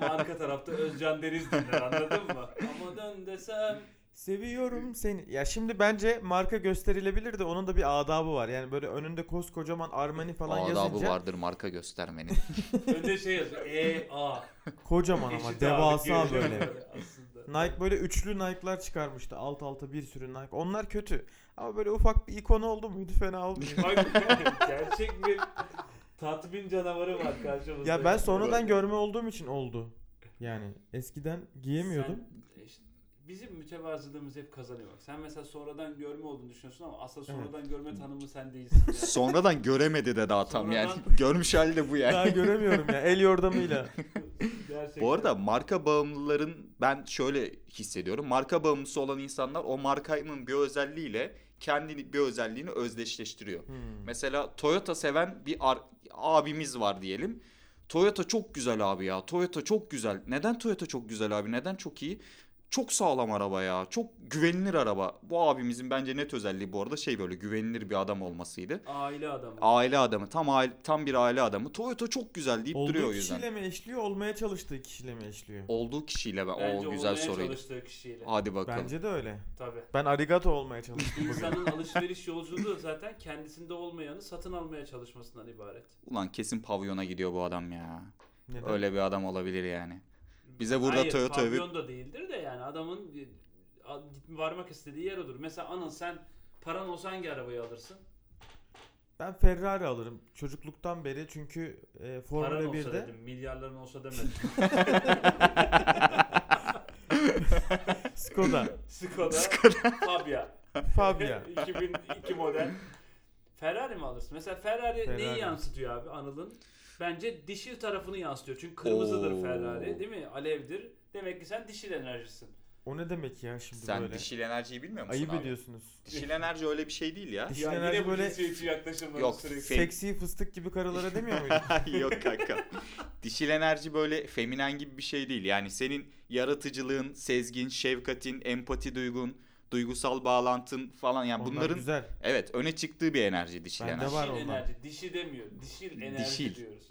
[SPEAKER 2] Ama arka tarafta Özcan Deniz dinler anladın mı? Ama dön desem
[SPEAKER 3] Seviyorum seni. Ya şimdi bence marka gösterilebilir de onun da bir adabı var. Yani böyle önünde koskocaman Armani falan
[SPEAKER 4] Adabı
[SPEAKER 3] yazınca
[SPEAKER 4] vardır marka göstermenin. *laughs*
[SPEAKER 2] Önde şey yazıyor. E, A.
[SPEAKER 3] kocaman
[SPEAKER 2] Eşit
[SPEAKER 3] ama
[SPEAKER 2] ağırlık
[SPEAKER 3] devasa
[SPEAKER 2] görüyoruz *laughs*
[SPEAKER 3] böyle.
[SPEAKER 2] Aslında.
[SPEAKER 3] Nike böyle üçlü Nike'lar çıkarmıştı. Alt alta bir sürü Nike. Onlar kötü. Ama böyle ufak bir ikon oldu muydu fena
[SPEAKER 2] *laughs*
[SPEAKER 3] olmuyor.
[SPEAKER 2] Bak gerçek bir tatmin canavarı var karşımızda.
[SPEAKER 3] ya ben sonradan görme olduğum için oldu. Yani eskiden giyemiyordum.
[SPEAKER 2] Sen, e, işte bizim mütevazılığımız hep kazanıyor. Bak, Sen mesela sonradan görme olduğunu düşünüyorsun ama aslında
[SPEAKER 3] Evet.
[SPEAKER 2] sonradan görme tanımı sen değilsin. Yani.
[SPEAKER 4] Sonradan göremedi de daha tam yani.
[SPEAKER 2] Sonradan-
[SPEAKER 4] *laughs* Görmüş hali de bu yani.
[SPEAKER 3] Daha göremiyorum ya el
[SPEAKER 2] *laughs*
[SPEAKER 3] yordamıyla. *laughs*
[SPEAKER 2] Gerçekten.
[SPEAKER 4] *laughs* Bu arada marka bağımlıların ben şöyle hissediyorum. Marka bağımlısı olan insanlar o markanın bir özelliğiyle kendini bir özelliğini özdeşleştiriyor.
[SPEAKER 3] Hmm.
[SPEAKER 4] Mesela Toyota seven bir ar- abimiz var diyelim. Toyota çok güzel abi ya. Toyota çok güzel. Neden Toyota çok güzel abi? Neden çok iyi? Çok sağlam araba ya. Çok güvenilir araba. Bu abimizin bence net özelliği bu arada şey böyle güvenilir bir adam olmasıydı.
[SPEAKER 2] aile adamı.
[SPEAKER 4] Aile adamı. Tam aile, tam bir aile adamı. Toyota çok güzel deyip duruyor
[SPEAKER 3] Olduğu
[SPEAKER 4] o yüzden.
[SPEAKER 3] kişiyle mi eşliyor, olmaya çalıştığı kişiyle mi eşliyor?
[SPEAKER 4] Olduğu kişiyle ben
[SPEAKER 2] Bence
[SPEAKER 4] o güzel
[SPEAKER 2] olmaya
[SPEAKER 4] soruydu.
[SPEAKER 2] çalıştığı kişiyle.
[SPEAKER 4] Hadi bakalım.
[SPEAKER 3] Bence de öyle.
[SPEAKER 2] Tabii.
[SPEAKER 3] Ben arigato olmaya çalıştım
[SPEAKER 4] *laughs*
[SPEAKER 3] bugün.
[SPEAKER 2] İnsanın alışveriş yolculuğu zaten kendisinde olmayanı satın almaya çalışmasından ibaret.
[SPEAKER 4] Ulan kesin pavyona gidiyor bu adam ya.
[SPEAKER 3] Neden?
[SPEAKER 4] Öyle bir adam olabilir yani. Bize burada
[SPEAKER 2] Hayır,
[SPEAKER 4] Toyota övüp-
[SPEAKER 2] pavyon da değildir de yani adamın bir- a- varmak istediği yer odur. Mesela Anıl sen paran olsa hangi arabayı alırsın?
[SPEAKER 3] Ben Ferrari alırım. Çocukluktan beri çünkü e, Formula
[SPEAKER 2] paran olsa
[SPEAKER 3] 1'de
[SPEAKER 2] dedim, milyarların olsa
[SPEAKER 4] *laughs*
[SPEAKER 2] demedim.
[SPEAKER 3] *laughs* Skoda,
[SPEAKER 2] Skoda, Fabia. *laughs*
[SPEAKER 3] Fabia.
[SPEAKER 2] 2002 model. Ferrari mi alırsın? Mesela Ferrari,
[SPEAKER 3] Ferrari.
[SPEAKER 2] neyi yansıtıyor abi Anıl'ın? Bence dişil tarafını yansıtıyor. Çünkü kırmızıdır
[SPEAKER 4] Oo.
[SPEAKER 2] Ferrari değil mi? Alevdir. Demek ki sen dişil enerjisin.
[SPEAKER 3] O ne demek ya şimdi
[SPEAKER 4] Sen
[SPEAKER 3] böyle?
[SPEAKER 4] dişil enerjiyi bilmiyor musun
[SPEAKER 3] Ayıp
[SPEAKER 4] abi?
[SPEAKER 3] ediyorsunuz.
[SPEAKER 4] Dişil enerji öyle bir şey değil ya.
[SPEAKER 3] Dişil
[SPEAKER 2] Ya
[SPEAKER 3] enerji
[SPEAKER 2] yine bu
[SPEAKER 3] böyle
[SPEAKER 2] cinsiyetçi yaklaşımları
[SPEAKER 4] Yok,
[SPEAKER 2] sürekli.
[SPEAKER 4] fe-
[SPEAKER 3] seksi fıstık gibi karılara demiyor
[SPEAKER 4] *laughs*
[SPEAKER 3] muyum?
[SPEAKER 4] Yok kanka. Dişil enerji böyle feminen gibi bir şey değil. Yani senin yaratıcılığın, sezgin, şefkatin, empati duygun, duygusal bağlantın falan yani
[SPEAKER 3] Onlar
[SPEAKER 4] bunların
[SPEAKER 3] güzel.
[SPEAKER 4] evet öne çıktığı bir enerji dişil
[SPEAKER 3] Bende
[SPEAKER 4] enerji.
[SPEAKER 3] var
[SPEAKER 2] Dişil
[SPEAKER 3] ondan.
[SPEAKER 2] enerji. Dişi demiyor. Dişil enerji
[SPEAKER 4] Dişil.
[SPEAKER 2] diyoruz.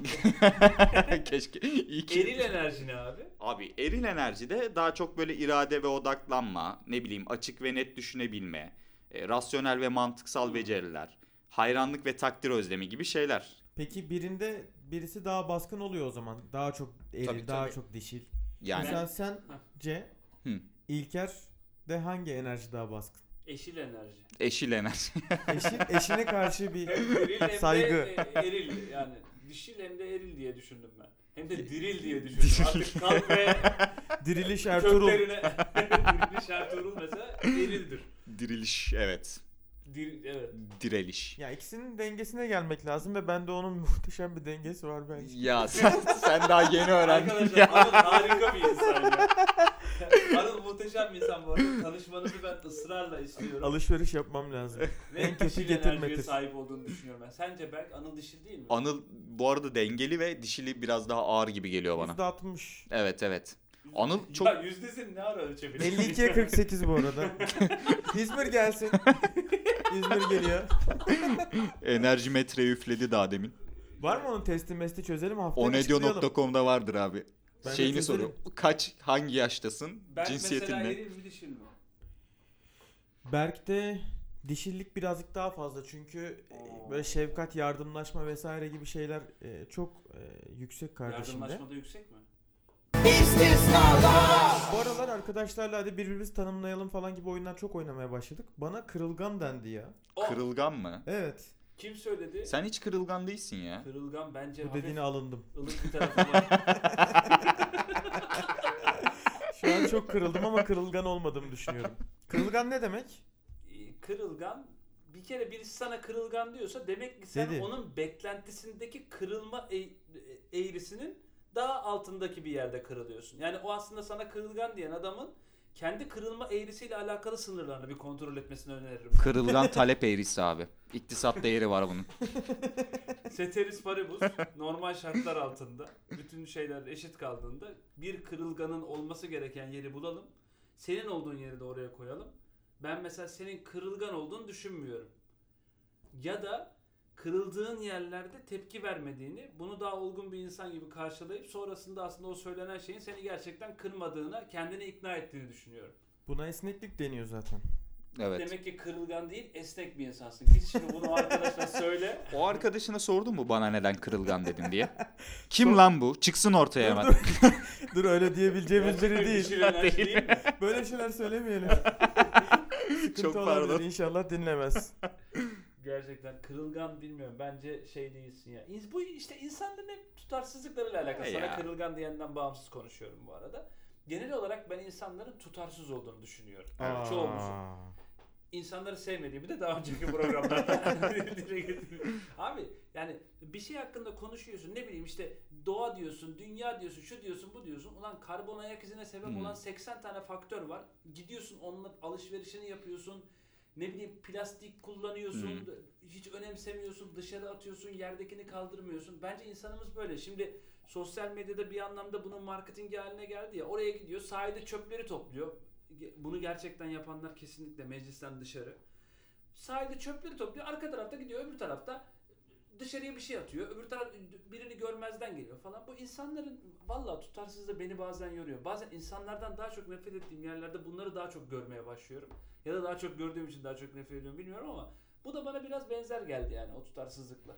[SPEAKER 4] *laughs* Keşke iyi ki-
[SPEAKER 2] Eril enerji ne abi?
[SPEAKER 4] Abi eril enerjide daha çok böyle irade ve odaklanma, ne bileyim açık ve net düşünebilme, e, rasyonel ve mantıksal beceriler, hayranlık ve takdir özlemi gibi şeyler.
[SPEAKER 3] Peki birinde birisi daha baskın oluyor o zaman. Daha çok eril,
[SPEAKER 4] Tabii,
[SPEAKER 3] daha
[SPEAKER 4] tabii.
[SPEAKER 3] çok dişil.
[SPEAKER 4] Yani
[SPEAKER 3] Mesela sen
[SPEAKER 2] Hah.
[SPEAKER 3] C,
[SPEAKER 4] Hı.
[SPEAKER 3] İlker de hangi enerji daha baskın?
[SPEAKER 2] Eşil
[SPEAKER 3] *laughs*
[SPEAKER 2] enerji.
[SPEAKER 4] eşil enerji. *laughs*
[SPEAKER 3] Eşi, eşine karşı bir
[SPEAKER 2] Hem diril hem
[SPEAKER 3] Saygı.
[SPEAKER 2] de e, eril yani. Dişil hem de eril diye düşündüm ben. Hem de diril
[SPEAKER 4] *laughs*
[SPEAKER 2] diye düşündüm. Artık kalk ve
[SPEAKER 3] diriliş Ertuğrul.
[SPEAKER 2] köklerine.
[SPEAKER 3] *laughs*
[SPEAKER 2] *laughs* Diriliş Ertuğrul mesela erildir.
[SPEAKER 4] Diriliş evet.
[SPEAKER 2] Dir, evet.
[SPEAKER 4] Direliş.
[SPEAKER 3] Ya ikisinin dengesine gelmek lazım ve bende onun *laughs* muhteşem bir dengesi var bence.
[SPEAKER 4] Ya sen, sen daha yeni öğrendin
[SPEAKER 2] Arkadaşlar
[SPEAKER 4] ya.
[SPEAKER 2] Anıl harika bir insan ya. *laughs* Anıl muhteşem bir insan bu arada. Tanışmanızı ben ısrarla istiyorum.
[SPEAKER 3] Alışveriş yapmam lazım.
[SPEAKER 2] Ve
[SPEAKER 3] En kötü
[SPEAKER 2] dişil
[SPEAKER 3] getir
[SPEAKER 2] enerjiye
[SPEAKER 3] metir.
[SPEAKER 2] sahip olduğunu düşünüyorum ben. Sence Berk Anıl dişil değil mi?
[SPEAKER 4] Anıl bu arada dengeli ve dişili biraz daha ağır gibi geliyor bana.
[SPEAKER 3] %60.
[SPEAKER 4] Evet evet. Anıl çok-
[SPEAKER 2] Ya yüzdesini ne ara ölçebilirsin? *laughs*
[SPEAKER 3] 52'ye 48 bu *laughs* arada. İzmir gelsin. İzmir geliyor.
[SPEAKER 4] Enerji metre üfledi daha demin.
[SPEAKER 3] Var mı onun testi mesti çözelim haftaya açıklayalım.
[SPEAKER 4] Onedio.com'da vardır abi.
[SPEAKER 3] Ben de
[SPEAKER 4] Şeyini
[SPEAKER 3] çözerim.
[SPEAKER 4] soruyor. Kaç, hangi yaştasın?
[SPEAKER 2] Ben
[SPEAKER 4] Cinsiyetin
[SPEAKER 2] mesela
[SPEAKER 4] ne?
[SPEAKER 2] eril mi dişil mi?
[SPEAKER 3] Berk'te dişillik birazcık daha fazla çünkü e, böyle şefkat, yardımlaşma vesaire gibi şeyler e, çok e, yüksek kardeşimde.
[SPEAKER 2] Yardımlaşmada yüksek mi?
[SPEAKER 1] This is not love.
[SPEAKER 3] Bu aralar arkadaşlarla hadi birbirimizi tanımlayalım falan gibi oyunlar çok oynamaya başladık. Bana kırılgan dendi ya.
[SPEAKER 2] O,
[SPEAKER 4] Kırılgan mı?
[SPEAKER 3] Evet.
[SPEAKER 2] Kim söyledi?
[SPEAKER 4] Sen hiç kırılgan değilsin ya.
[SPEAKER 2] Kırılgan bence
[SPEAKER 3] Bu
[SPEAKER 2] hafif
[SPEAKER 3] dediğine alındım.
[SPEAKER 2] ılık bir tarafı var.
[SPEAKER 3] Şu an çok kırıldım ama kırılgan olmadığımı düşünüyorum. *laughs* Kırılgan ne demek?
[SPEAKER 2] Ee, kırılgan bir kere birisi sana kırılgan diyorsa demek ki sen
[SPEAKER 3] Dedi.
[SPEAKER 2] onun beklentisindeki kırılma eğ- e- eğrisinin daha altındaki bir yerde kırılıyorsun. Yani o aslında sana kırılgan diyen adamın kendi kırılma eğrisiyle alakalı sınırlarını bir kontrol etmesini öneririm.
[SPEAKER 4] Kırılgan talep eğrisi abi. İktisat değeri var bunun.
[SPEAKER 2] Ceteris paribus normal şartlar altında bütün şeyler eşit kaldığında bir kırılganın olması gereken yeri bulalım. Senin olduğun yeri de oraya koyalım. Ben mesela senin kırılgan olduğunu düşünmüyorum. Ya da kırıldığın yerlerde tepki vermediğini, bunu daha olgun bir insan gibi karşılayıp sonrasında aslında o söylenen şeyin seni gerçekten kırmadığına, kendini ikna ettiğini düşünüyorum.
[SPEAKER 3] Buna esneklik deniyor zaten.
[SPEAKER 4] Evet.
[SPEAKER 2] Demek ki kırılgan değil, esnek bir insansın. Git şimdi bunu arkadaşlara söyle.
[SPEAKER 4] O arkadaşına sordun mu bana neden kırılgan dedin diye? Kim lan bu? Çıksın ortaya hemen.
[SPEAKER 3] *laughs* Dur öyle diyebileceğimiz biri değil.
[SPEAKER 2] Dişil enerji değil mi?
[SPEAKER 3] Böyle şeyler söylemeyelim. Sıkıntı
[SPEAKER 4] Çok
[SPEAKER 3] Çok
[SPEAKER 4] pardon.
[SPEAKER 3] olabilir inşallah dinlemez.
[SPEAKER 2] gerçekten kırılgan bilmiyorum. Bence şey değilsin ya. İns- Bu işte insanların hep tutarsızlıklarıyla alakalı.
[SPEAKER 4] He
[SPEAKER 2] Sana
[SPEAKER 4] ya.
[SPEAKER 2] kırılgan diyenden bağımsız konuşuyorum bu arada. Genel olarak ben insanların tutarsız olduğunu düşünüyorum.
[SPEAKER 3] Aa.
[SPEAKER 2] Çoğumuzun. İnsanları sevmediğimi de daha önceki programlarda dile getirdim. Abi yani bir şey hakkında konuşuyorsun ne bileyim işte doğa diyorsun, dünya diyorsun, şu diyorsun, bu diyorsun. Ulan karbon ayak izine sebep
[SPEAKER 4] Hmm.
[SPEAKER 2] olan 80 tane faktör var. Gidiyorsun onunla alışverişini yapıyorsun. Ne bileyim plastik kullanıyorsun, hiç önemsemiyorsun, dışarı atıyorsun, yerdekini kaldırmıyorsun. Bence insanımız böyle. Şimdi sosyal medyada bir anlamda bunun marketing haline geldi ya. Oraya gidiyor, sahilde çöpleri topluyor. Ge- Bunu gerçekten yapanlar kesinlikle meclisten dışarı. Sahilde çöpleri topluyor, arka tarafta gidiyor, öbür tarafta dışarıya bir şey atıyor. Öbür taraf birini görmezden geliyor falan. Bu insanların vallahi tutarsızlığı beni bazen yoruyor. Bazen insanlardan daha çok nefret ettiğim yerlerde bunları daha çok görmeye başlıyorum. Ya da daha çok gördüğüm için daha çok nefret ediyorum bilmiyorum ama bu da bana biraz benzer geldi yani o tutarsızlıkla.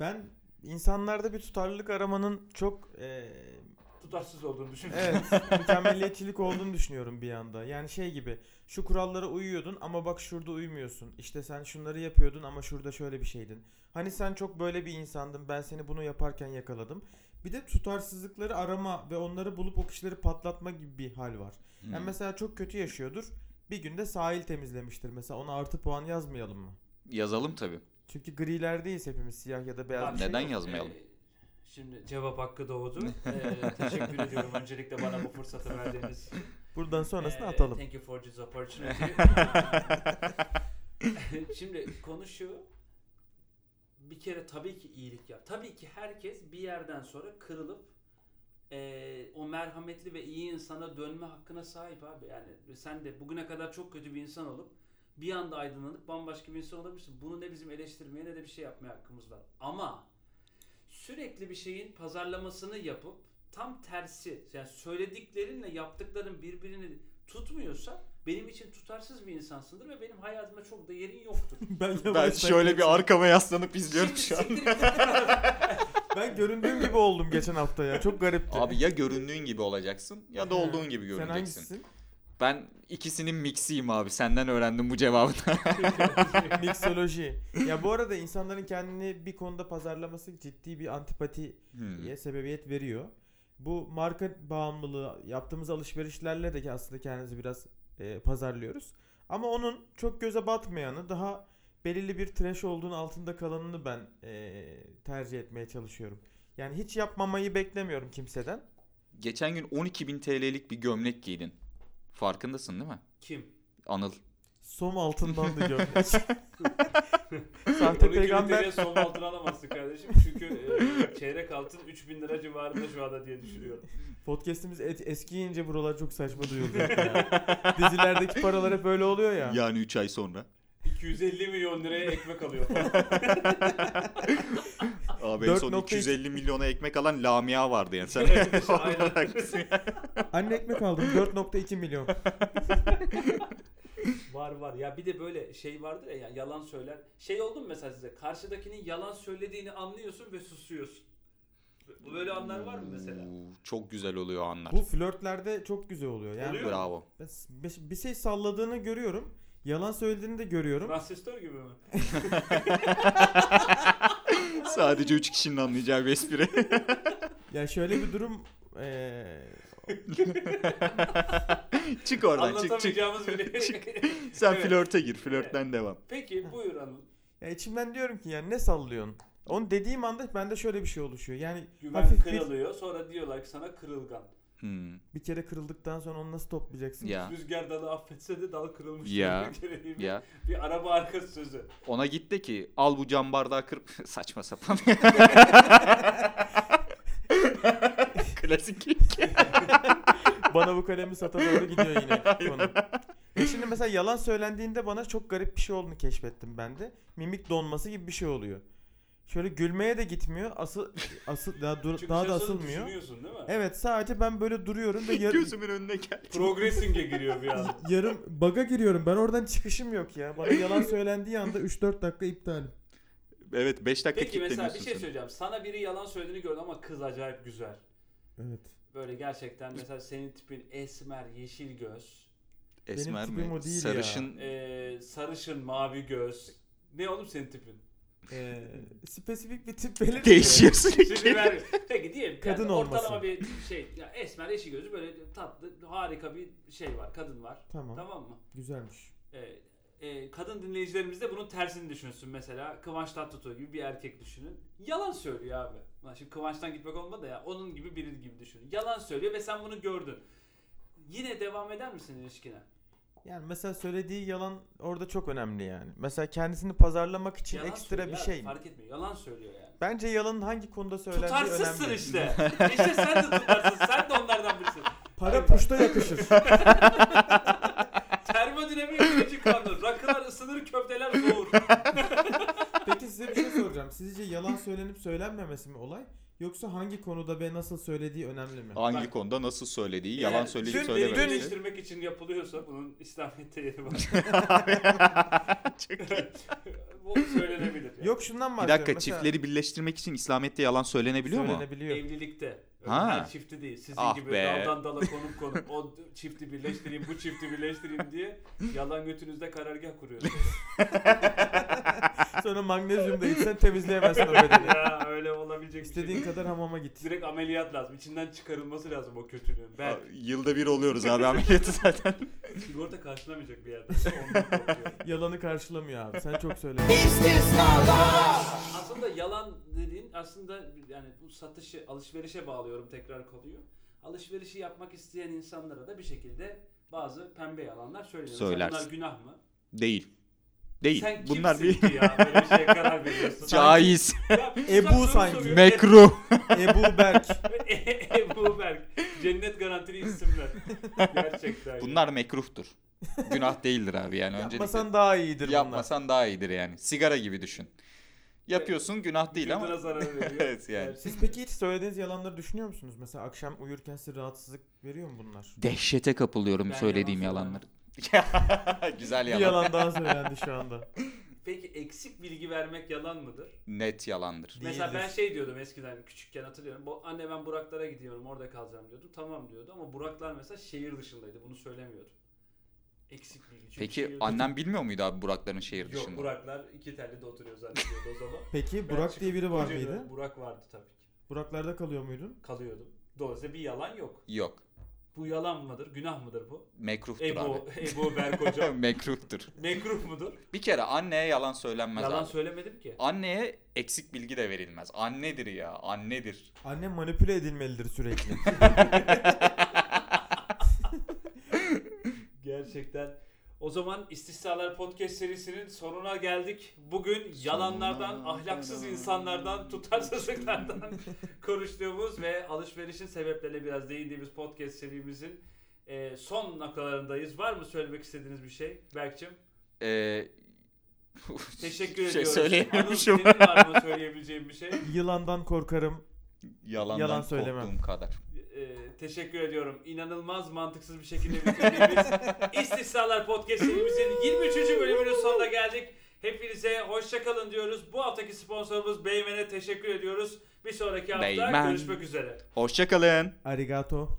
[SPEAKER 3] Ben insanlarda bir tutarlılık aramanın çok e, eee
[SPEAKER 2] Tutarsız olduğunu düşünüyorum. *laughs*
[SPEAKER 3] Evet. mükemmeliyetçilik olduğunu düşünüyorum bir anda. Yani şey gibi şu kurallara uyuyordun ama bak şurada uymuyorsun. İşte sen şunları yapıyordun ama şurada şöyle bir şeydin. Hani sen çok böyle bir insandın. Ben seni bunu yaparken yakaladım. Bir de tutarsızlıkları arama ve onları bulup o kişileri patlatma gibi bir hal var. Yani mesela çok kötü yaşıyordur. Bir günde sahil temizlemiştir mesela. Ona artı puan yazmayalım mı?
[SPEAKER 4] Yazalım tabii.
[SPEAKER 3] Çünkü grilerdeyiz hepimiz siyah ya da beyaz.
[SPEAKER 2] Bak,
[SPEAKER 3] bir şey
[SPEAKER 4] Neden
[SPEAKER 3] yok.
[SPEAKER 4] yazmayalım?
[SPEAKER 2] Ee, Şimdi cevap hakkı doğdu. Ee, teşekkür ediyorum öncelikle bana bu fırsatı verdiğiniz için.
[SPEAKER 3] Buradan sonrasını
[SPEAKER 2] Ee,
[SPEAKER 3] atalım. *laughs*
[SPEAKER 2] Thank you for this opportunity. *laughs* Şimdi konu şu. Bir kere tabii ki iyilik yap. Tabii ki herkes bir yerden sonra kırılıp ee, o merhametli ve iyi insana dönme hakkına sahip abi. Yani sen de bugüne kadar çok kötü bir insan olup bir anda aydınlanıp bambaşka bir insan olabilirsin. Bunu ne bizim eleştirmeye ne de bir şey yapmaya hakkımız var. Ama sürekli bir şeyin pazarlamasını yapıp tam tersi yani söylediklerinle yaptıkların birbirini tutmuyorsa benim için tutarsız bir insansındır ve benim hayatıma çok da yerin yoktur.
[SPEAKER 4] *laughs*
[SPEAKER 3] ben
[SPEAKER 4] Ben
[SPEAKER 3] yavaştan
[SPEAKER 4] şöyle bir arkama yaslanıp izliyorum
[SPEAKER 2] Şimdi
[SPEAKER 4] şu an.
[SPEAKER 2] siktir
[SPEAKER 4] *laughs*
[SPEAKER 2] git.
[SPEAKER 3] Ben göründüğüm gibi oldum geçen hafta ya. Çok garipti.
[SPEAKER 4] Abi ya göründüğün gibi olacaksın ya da
[SPEAKER 3] He.
[SPEAKER 4] olduğun gibi
[SPEAKER 3] Sen
[SPEAKER 4] görüneceksin.
[SPEAKER 3] *laughs* hangisisin?
[SPEAKER 4] Ben ikisinin miksiyim abi. Senden öğrendim bu cevabı. *laughs*
[SPEAKER 3] Miksoloji. ya bu arada insanların kendini bir konuda pazarlaması ciddi bir antipatiye
[SPEAKER 4] Hmm.
[SPEAKER 3] sebebiyet veriyor. Bu marka bağımlılığı yaptığımız alışverişlerle de aslında kendimizi biraz e, pazarlıyoruz. Ama onun çok göze batmayanı daha belirli bir trash olduğunu altında kalanını ben e, tercih etmeye çalışıyorum. Yani hiç yapmamayı beklemiyorum kimseden.
[SPEAKER 4] Geçen gün 12.000 TL'lik bir gömlek giydin. Farkındasın değil mi?
[SPEAKER 2] Kim?
[SPEAKER 4] Anıl.
[SPEAKER 3] Som altından da
[SPEAKER 4] *laughs*
[SPEAKER 3] gömlek. Sahte peygamber
[SPEAKER 2] Peygamber. son altına alamazsın kardeşim. Çünkü e, çeyrek altın 3000 lira civarında şu anda diye düşünüyorum.
[SPEAKER 3] Podcast'imiz et, eskiyince buralar çok saçma duyulacak ya. Dizilerdeki paralar hep böyle oluyor ya.
[SPEAKER 4] Yani 3 ay sonra.
[SPEAKER 2] 250 milyon liraya ekmek
[SPEAKER 4] *laughs*
[SPEAKER 2] alıyor falan.
[SPEAKER 4] Abi en son
[SPEAKER 3] 4.2
[SPEAKER 4] 250 milyona ekmek alan Lamia
[SPEAKER 2] *laughs*
[SPEAKER 4] vardı yani. Sen
[SPEAKER 2] Evet,
[SPEAKER 4] *laughs*
[SPEAKER 2] aynen.
[SPEAKER 4] haklısın yani.
[SPEAKER 3] Anne ekmek aldım 4.2 milyon.
[SPEAKER 2] Var var. Ya bir de böyle şey vardır ya, ya yalan söyler. Şey oldu mu mesela size? Karşıdakinin yalan söylediğini anlıyorsun ve susuyorsun. Bu Böyle anlar var mı mesela?
[SPEAKER 4] Oo, Çok güzel oluyor o anlar.
[SPEAKER 3] Bu flörtlerde çok güzel oluyor. Yani
[SPEAKER 2] Oluyor.
[SPEAKER 4] Bravo.
[SPEAKER 3] ben s- bir şey salladığını görüyorum. Yalan söylediğini de görüyorum.
[SPEAKER 2] Transistör gibi mi?
[SPEAKER 4] Sadece 3 kişinin anlayacağı bir espri. *laughs*
[SPEAKER 3] Ya şöyle bir durum eee,
[SPEAKER 4] çık oradan çık çık.
[SPEAKER 2] Anlatamayacağımız
[SPEAKER 4] *laughs*
[SPEAKER 2] bile.
[SPEAKER 4] Sen
[SPEAKER 2] Evet.
[SPEAKER 4] flörte gir. Flörtten devam.
[SPEAKER 2] Peki buyur Anıl.
[SPEAKER 3] ya içimden diyorum ki ya ne sallıyorsun? Onu dediğim anda bende şöyle bir şey oluşuyor. Yani
[SPEAKER 2] Güven
[SPEAKER 3] hafif bir,
[SPEAKER 2] kırılıyor. Sonra diyorlar ki sana kırılgan.
[SPEAKER 4] Hmm.
[SPEAKER 3] bir kere kırıldıktan sonra onu nasıl toplayacaksın?
[SPEAKER 4] Ya.
[SPEAKER 2] Rüzgar dalı affetse de dal kırılmış.
[SPEAKER 4] Ya.
[SPEAKER 2] Bir kere değil mi?
[SPEAKER 4] Ya.
[SPEAKER 2] Bir araba arkası sözü.
[SPEAKER 4] Ona git de ki al bu cam bardağı kır. *laughs* Saçma sapan.
[SPEAKER 2] *laughs*
[SPEAKER 4] Klasik.
[SPEAKER 3] bana bu kalemi sata doğru gidiyor yine konu. E şimdi mesela yalan söylendiğinde bana çok garip bir şey olduğunu keşfettim ben de. Mimik donması gibi bir şey oluyor. Şöyle gülmeye de gitmiyor. Asıl asıl daha, dur-
[SPEAKER 2] Çünkü
[SPEAKER 3] daha
[SPEAKER 2] sen
[SPEAKER 3] da
[SPEAKER 2] sonra
[SPEAKER 3] asılmıyor.
[SPEAKER 2] Düşünüyorsun değil mi?
[SPEAKER 3] Evet sadece ben böyle duruyorum ve yar- *laughs*
[SPEAKER 4] Gözümün önüne gel.
[SPEAKER 2] Progressing'e giriyor
[SPEAKER 4] *laughs*
[SPEAKER 2] bir an.
[SPEAKER 3] yarım baga giriyorum. Ben oradan çıkışım yok ya. Bana yalan söylendiği anda 3-4 dakika iptalim.
[SPEAKER 4] Evet 5 dakika
[SPEAKER 2] Peki mesela bir
[SPEAKER 4] kilitleniyorsun
[SPEAKER 2] şey
[SPEAKER 4] sen.
[SPEAKER 2] söyleyeceğim. Sana biri yalan söylediğini gördüm ama kız acayip güzel.
[SPEAKER 3] Evet.
[SPEAKER 2] Böyle gerçekten mesela senin tipin esmer, yeşil göz,
[SPEAKER 4] Esmer
[SPEAKER 3] tipim o
[SPEAKER 4] mi?
[SPEAKER 3] değil ya.
[SPEAKER 4] Hmm. Sarışın
[SPEAKER 2] ee, sarışın, mavi göz, Ne oğlum senin
[SPEAKER 4] *laughs*
[SPEAKER 2] tipin?
[SPEAKER 3] Ee, spesifik bir tip belirtiyor.
[SPEAKER 4] Değişiyor
[SPEAKER 2] Şimdi
[SPEAKER 4] sürekli.
[SPEAKER 2] ver. Peki diyelim. Kadın
[SPEAKER 3] Kadın
[SPEAKER 2] yani ortalama
[SPEAKER 3] olması.
[SPEAKER 2] bir şey. Ya esmer eşi gözü böyle tatlı harika bir şey var. Kadın var.
[SPEAKER 3] Tamam.
[SPEAKER 2] Tamam mı?
[SPEAKER 3] Güzelmiş.
[SPEAKER 2] Ee, e, kadın dinleyicilerimiz de bunun tersini düşünsün mesela. Kıvanç Tatlıtuğ gibi bir erkek düşünün. Yalan söylüyor abi. Lan şimdi Kıvanç'tan gitmek olmadı ya. Onun gibi biri gibi düşünün. Yalan söylüyor ve sen bunu gördün. Yine devam eder misin ilişkine?
[SPEAKER 3] Yani mesela söylediği yalan orada çok önemli yani. Mesela kendisini pazarlamak için
[SPEAKER 2] Yalan
[SPEAKER 3] ekstra
[SPEAKER 2] söylüyor
[SPEAKER 3] bir
[SPEAKER 2] abi,
[SPEAKER 3] şey mi?
[SPEAKER 2] Fark etmiyor. Yalan söylüyor yani.
[SPEAKER 3] Bence yalanın hangi konuda söylendiği önemli.
[SPEAKER 2] Tutarsızsın işte. işte sen de tutarsın. Sen de onlardan birisin.
[SPEAKER 3] Para puşta
[SPEAKER 4] *laughs*
[SPEAKER 3] yakışır.
[SPEAKER 2] Termodinamik ikinci kanun. Rakılar ısınır, köfteler soğur.
[SPEAKER 3] Peki size bir şey soracağım. Sizce yalan söylenip söylenmemesi mi olay? Yoksa hangi konuda ve nasıl söylediği önemli mi?
[SPEAKER 4] Hangi
[SPEAKER 2] Bak.
[SPEAKER 4] konuda nasıl söylediği, yalan
[SPEAKER 2] Eğer
[SPEAKER 4] söylediği
[SPEAKER 3] dün-
[SPEAKER 2] Beni
[SPEAKER 4] söylememesi.
[SPEAKER 2] değiştirmek için yapılıyorsa bunun İslamiyet'te yeri
[SPEAKER 4] *laughs*
[SPEAKER 2] var.
[SPEAKER 4] Çok iyi.
[SPEAKER 2] *laughs* Bu söylenebilir. Yani.
[SPEAKER 3] Yok şundan
[SPEAKER 4] Bir
[SPEAKER 3] bahsediyorum.
[SPEAKER 4] dakika çiftleri birleştirmek için İslamiyet'te yalan söylenebiliyor mu?
[SPEAKER 3] Söylenebiliyor.
[SPEAKER 2] Evlilikte. Öyle
[SPEAKER 4] Ha.
[SPEAKER 2] Her çifti değil. Sizin
[SPEAKER 4] Ah
[SPEAKER 2] gibi
[SPEAKER 4] be.
[SPEAKER 2] daldan dala konum konum. O çifti birleştireyim, bu çifti birleştireyim diye yalan götünüzde karargah
[SPEAKER 4] *laughs*
[SPEAKER 2] kuruyorsunuz.
[SPEAKER 3] *laughs* Sonra magnezyum da içsen temizleyemezsin o bedeni.
[SPEAKER 2] ya öyle olabilecek bir şey.
[SPEAKER 3] İstediğin
[SPEAKER 2] değil.
[SPEAKER 3] kadar hamama git.
[SPEAKER 2] Direkt ameliyat lazım. İçinden çıkarılması lazım o kötülüğün. Ben
[SPEAKER 4] Aa, Yılda bir oluyoruz abi ameliyatı
[SPEAKER 2] *laughs*
[SPEAKER 4] zaten.
[SPEAKER 2] sigorta karşılamayacak bir yerde. Ondan korkuyorum.
[SPEAKER 3] Yalanı karşılamıyor abi. Sen çok söyle.
[SPEAKER 1] Is this not love?
[SPEAKER 2] Aslında yalan dediğin aslında yani bu satışı alışverişe bağlıyorum tekrar konuyu. Alışverişi yapmak isteyen insanlara da bir şekilde bazı pembe yalanlar söyleniyor. Mesela
[SPEAKER 4] Söylersin.
[SPEAKER 2] Bunlar günah mı?
[SPEAKER 4] Değil. Değil.
[SPEAKER 2] Sen
[SPEAKER 4] Bunlar bir
[SPEAKER 2] kimsin ki ya böyle bir şeye karar veriyorsun?
[SPEAKER 4] *laughs* caiz,
[SPEAKER 2] Ya bir
[SPEAKER 3] Ebu
[SPEAKER 2] soru
[SPEAKER 3] sanki.
[SPEAKER 2] soruyor.
[SPEAKER 4] mekruh.
[SPEAKER 3] Ebu Berk.
[SPEAKER 2] E- *laughs* Ebu Berk. Cennet garantili isimler. Gerçekten. ya.
[SPEAKER 4] Bunlar mekruhtur. Günah değildir abi yani. Öncelikle
[SPEAKER 3] Yapmasan daha iyidir bunlar.
[SPEAKER 4] yapmasan daha iyidir yani. Sigara gibi düşün. Yapıyorsun günah değil
[SPEAKER 2] Vücuduna
[SPEAKER 4] ama.
[SPEAKER 2] zarar veriyor.
[SPEAKER 4] *laughs* Evet yani.
[SPEAKER 3] Siz peki hiç söylediğiniz yalanları düşünüyor musunuz? Mesela akşam uyurken size rahatsızlık veriyor mu bunlar?
[SPEAKER 4] Dehşete kapılıyorum
[SPEAKER 2] Ben
[SPEAKER 4] söylediğim
[SPEAKER 2] yalan
[SPEAKER 4] yalanları. *laughs* Güzel
[SPEAKER 3] Bir
[SPEAKER 4] yalan.
[SPEAKER 3] yalan daha söylendi şu anda.
[SPEAKER 2] Peki eksik bilgi vermek yalan mıdır?
[SPEAKER 4] Net yalandır.
[SPEAKER 2] *laughs* Mesela ben
[SPEAKER 3] Değildir.
[SPEAKER 2] şey diyordum eskiden küçükken hatırlıyorum. Bu, anne ben Buraklara gidiyorum orada kalacağım diyordu. Tamam diyordu ama Buraklar mesela şehir dışındaydı. Bunu söylemiyordum. Eksik bilgi. Çünkü
[SPEAKER 4] Peki
[SPEAKER 2] şehir
[SPEAKER 4] annem bilmiyor muydu abi Burakların şehir
[SPEAKER 2] şey *laughs* Yok
[SPEAKER 4] dışında?
[SPEAKER 2] Buraklar iki tellide oturuyor zannediyordu o zaman.
[SPEAKER 3] Peki
[SPEAKER 2] Ben
[SPEAKER 3] *laughs* Burak
[SPEAKER 2] çıkıp
[SPEAKER 3] diye biri var
[SPEAKER 2] Kocaeli'de-
[SPEAKER 3] mıydı?
[SPEAKER 2] Burak vardı tabii ki.
[SPEAKER 3] Buraklarda kalıyor muydun?
[SPEAKER 2] Kalıyordum. Dolayısıyla bir yalan yok.
[SPEAKER 4] Yok.
[SPEAKER 2] Bu yalan mıdır? Günah mıdır bu?
[SPEAKER 4] Mekruhtur abi.
[SPEAKER 2] Ebu, Ebu Berk
[SPEAKER 4] *laughs*
[SPEAKER 2] hocam.
[SPEAKER 4] Mekruhtur.
[SPEAKER 2] Mekruh mudur?
[SPEAKER 4] Bir kere anneye yalan söylenmez
[SPEAKER 2] yalan
[SPEAKER 4] abi.
[SPEAKER 2] söylemedim ki.
[SPEAKER 4] Anneye eksik bilgi de verilmez. Annedir ya, annedir.
[SPEAKER 3] Annem manipüle edilmelidir
[SPEAKER 2] *laughs*
[SPEAKER 3] sürekli.
[SPEAKER 2] Gerçekten. O zaman İstisnalar Podcast serisinin sonuna geldik. Bugün yalanlardan,
[SPEAKER 4] Sonuna
[SPEAKER 2] ahlaksız
[SPEAKER 4] kadar.
[SPEAKER 2] insanlardan, tutarsızlıklardan *laughs* konuştuğumuz ve alışverişin sebeplerine biraz değindiğimiz podcast serimizin e, son noktalarındayız. Var mı söylemek istediğiniz bir şey Berk'cim?
[SPEAKER 4] Ee, *laughs*
[SPEAKER 2] Teşekkür
[SPEAKER 4] şey
[SPEAKER 2] ediyoruz.
[SPEAKER 4] Söyleyemiyormuşum.
[SPEAKER 2] Anıl, senin var mı söyleyebileceğim bir şey?
[SPEAKER 3] Yılandan korkarım.
[SPEAKER 4] Yalandan
[SPEAKER 3] Yalan söylemem.
[SPEAKER 4] korktuğum kadar.
[SPEAKER 2] E, teşekkür ediyorum. İnanılmaz mantıksız bir şekilde bitirdiğimiz İstisnalar Podcast serimizin 23. bölümünün sonuna geldik. Hepinize hoşça kalın diyoruz. Bu haftaki sponsorumuz Beymen'e teşekkür ediyoruz. Bir sonraki hafta
[SPEAKER 4] Beymen.
[SPEAKER 2] görüşmek üzere.
[SPEAKER 4] Hoşçakalın.
[SPEAKER 3] Arigato.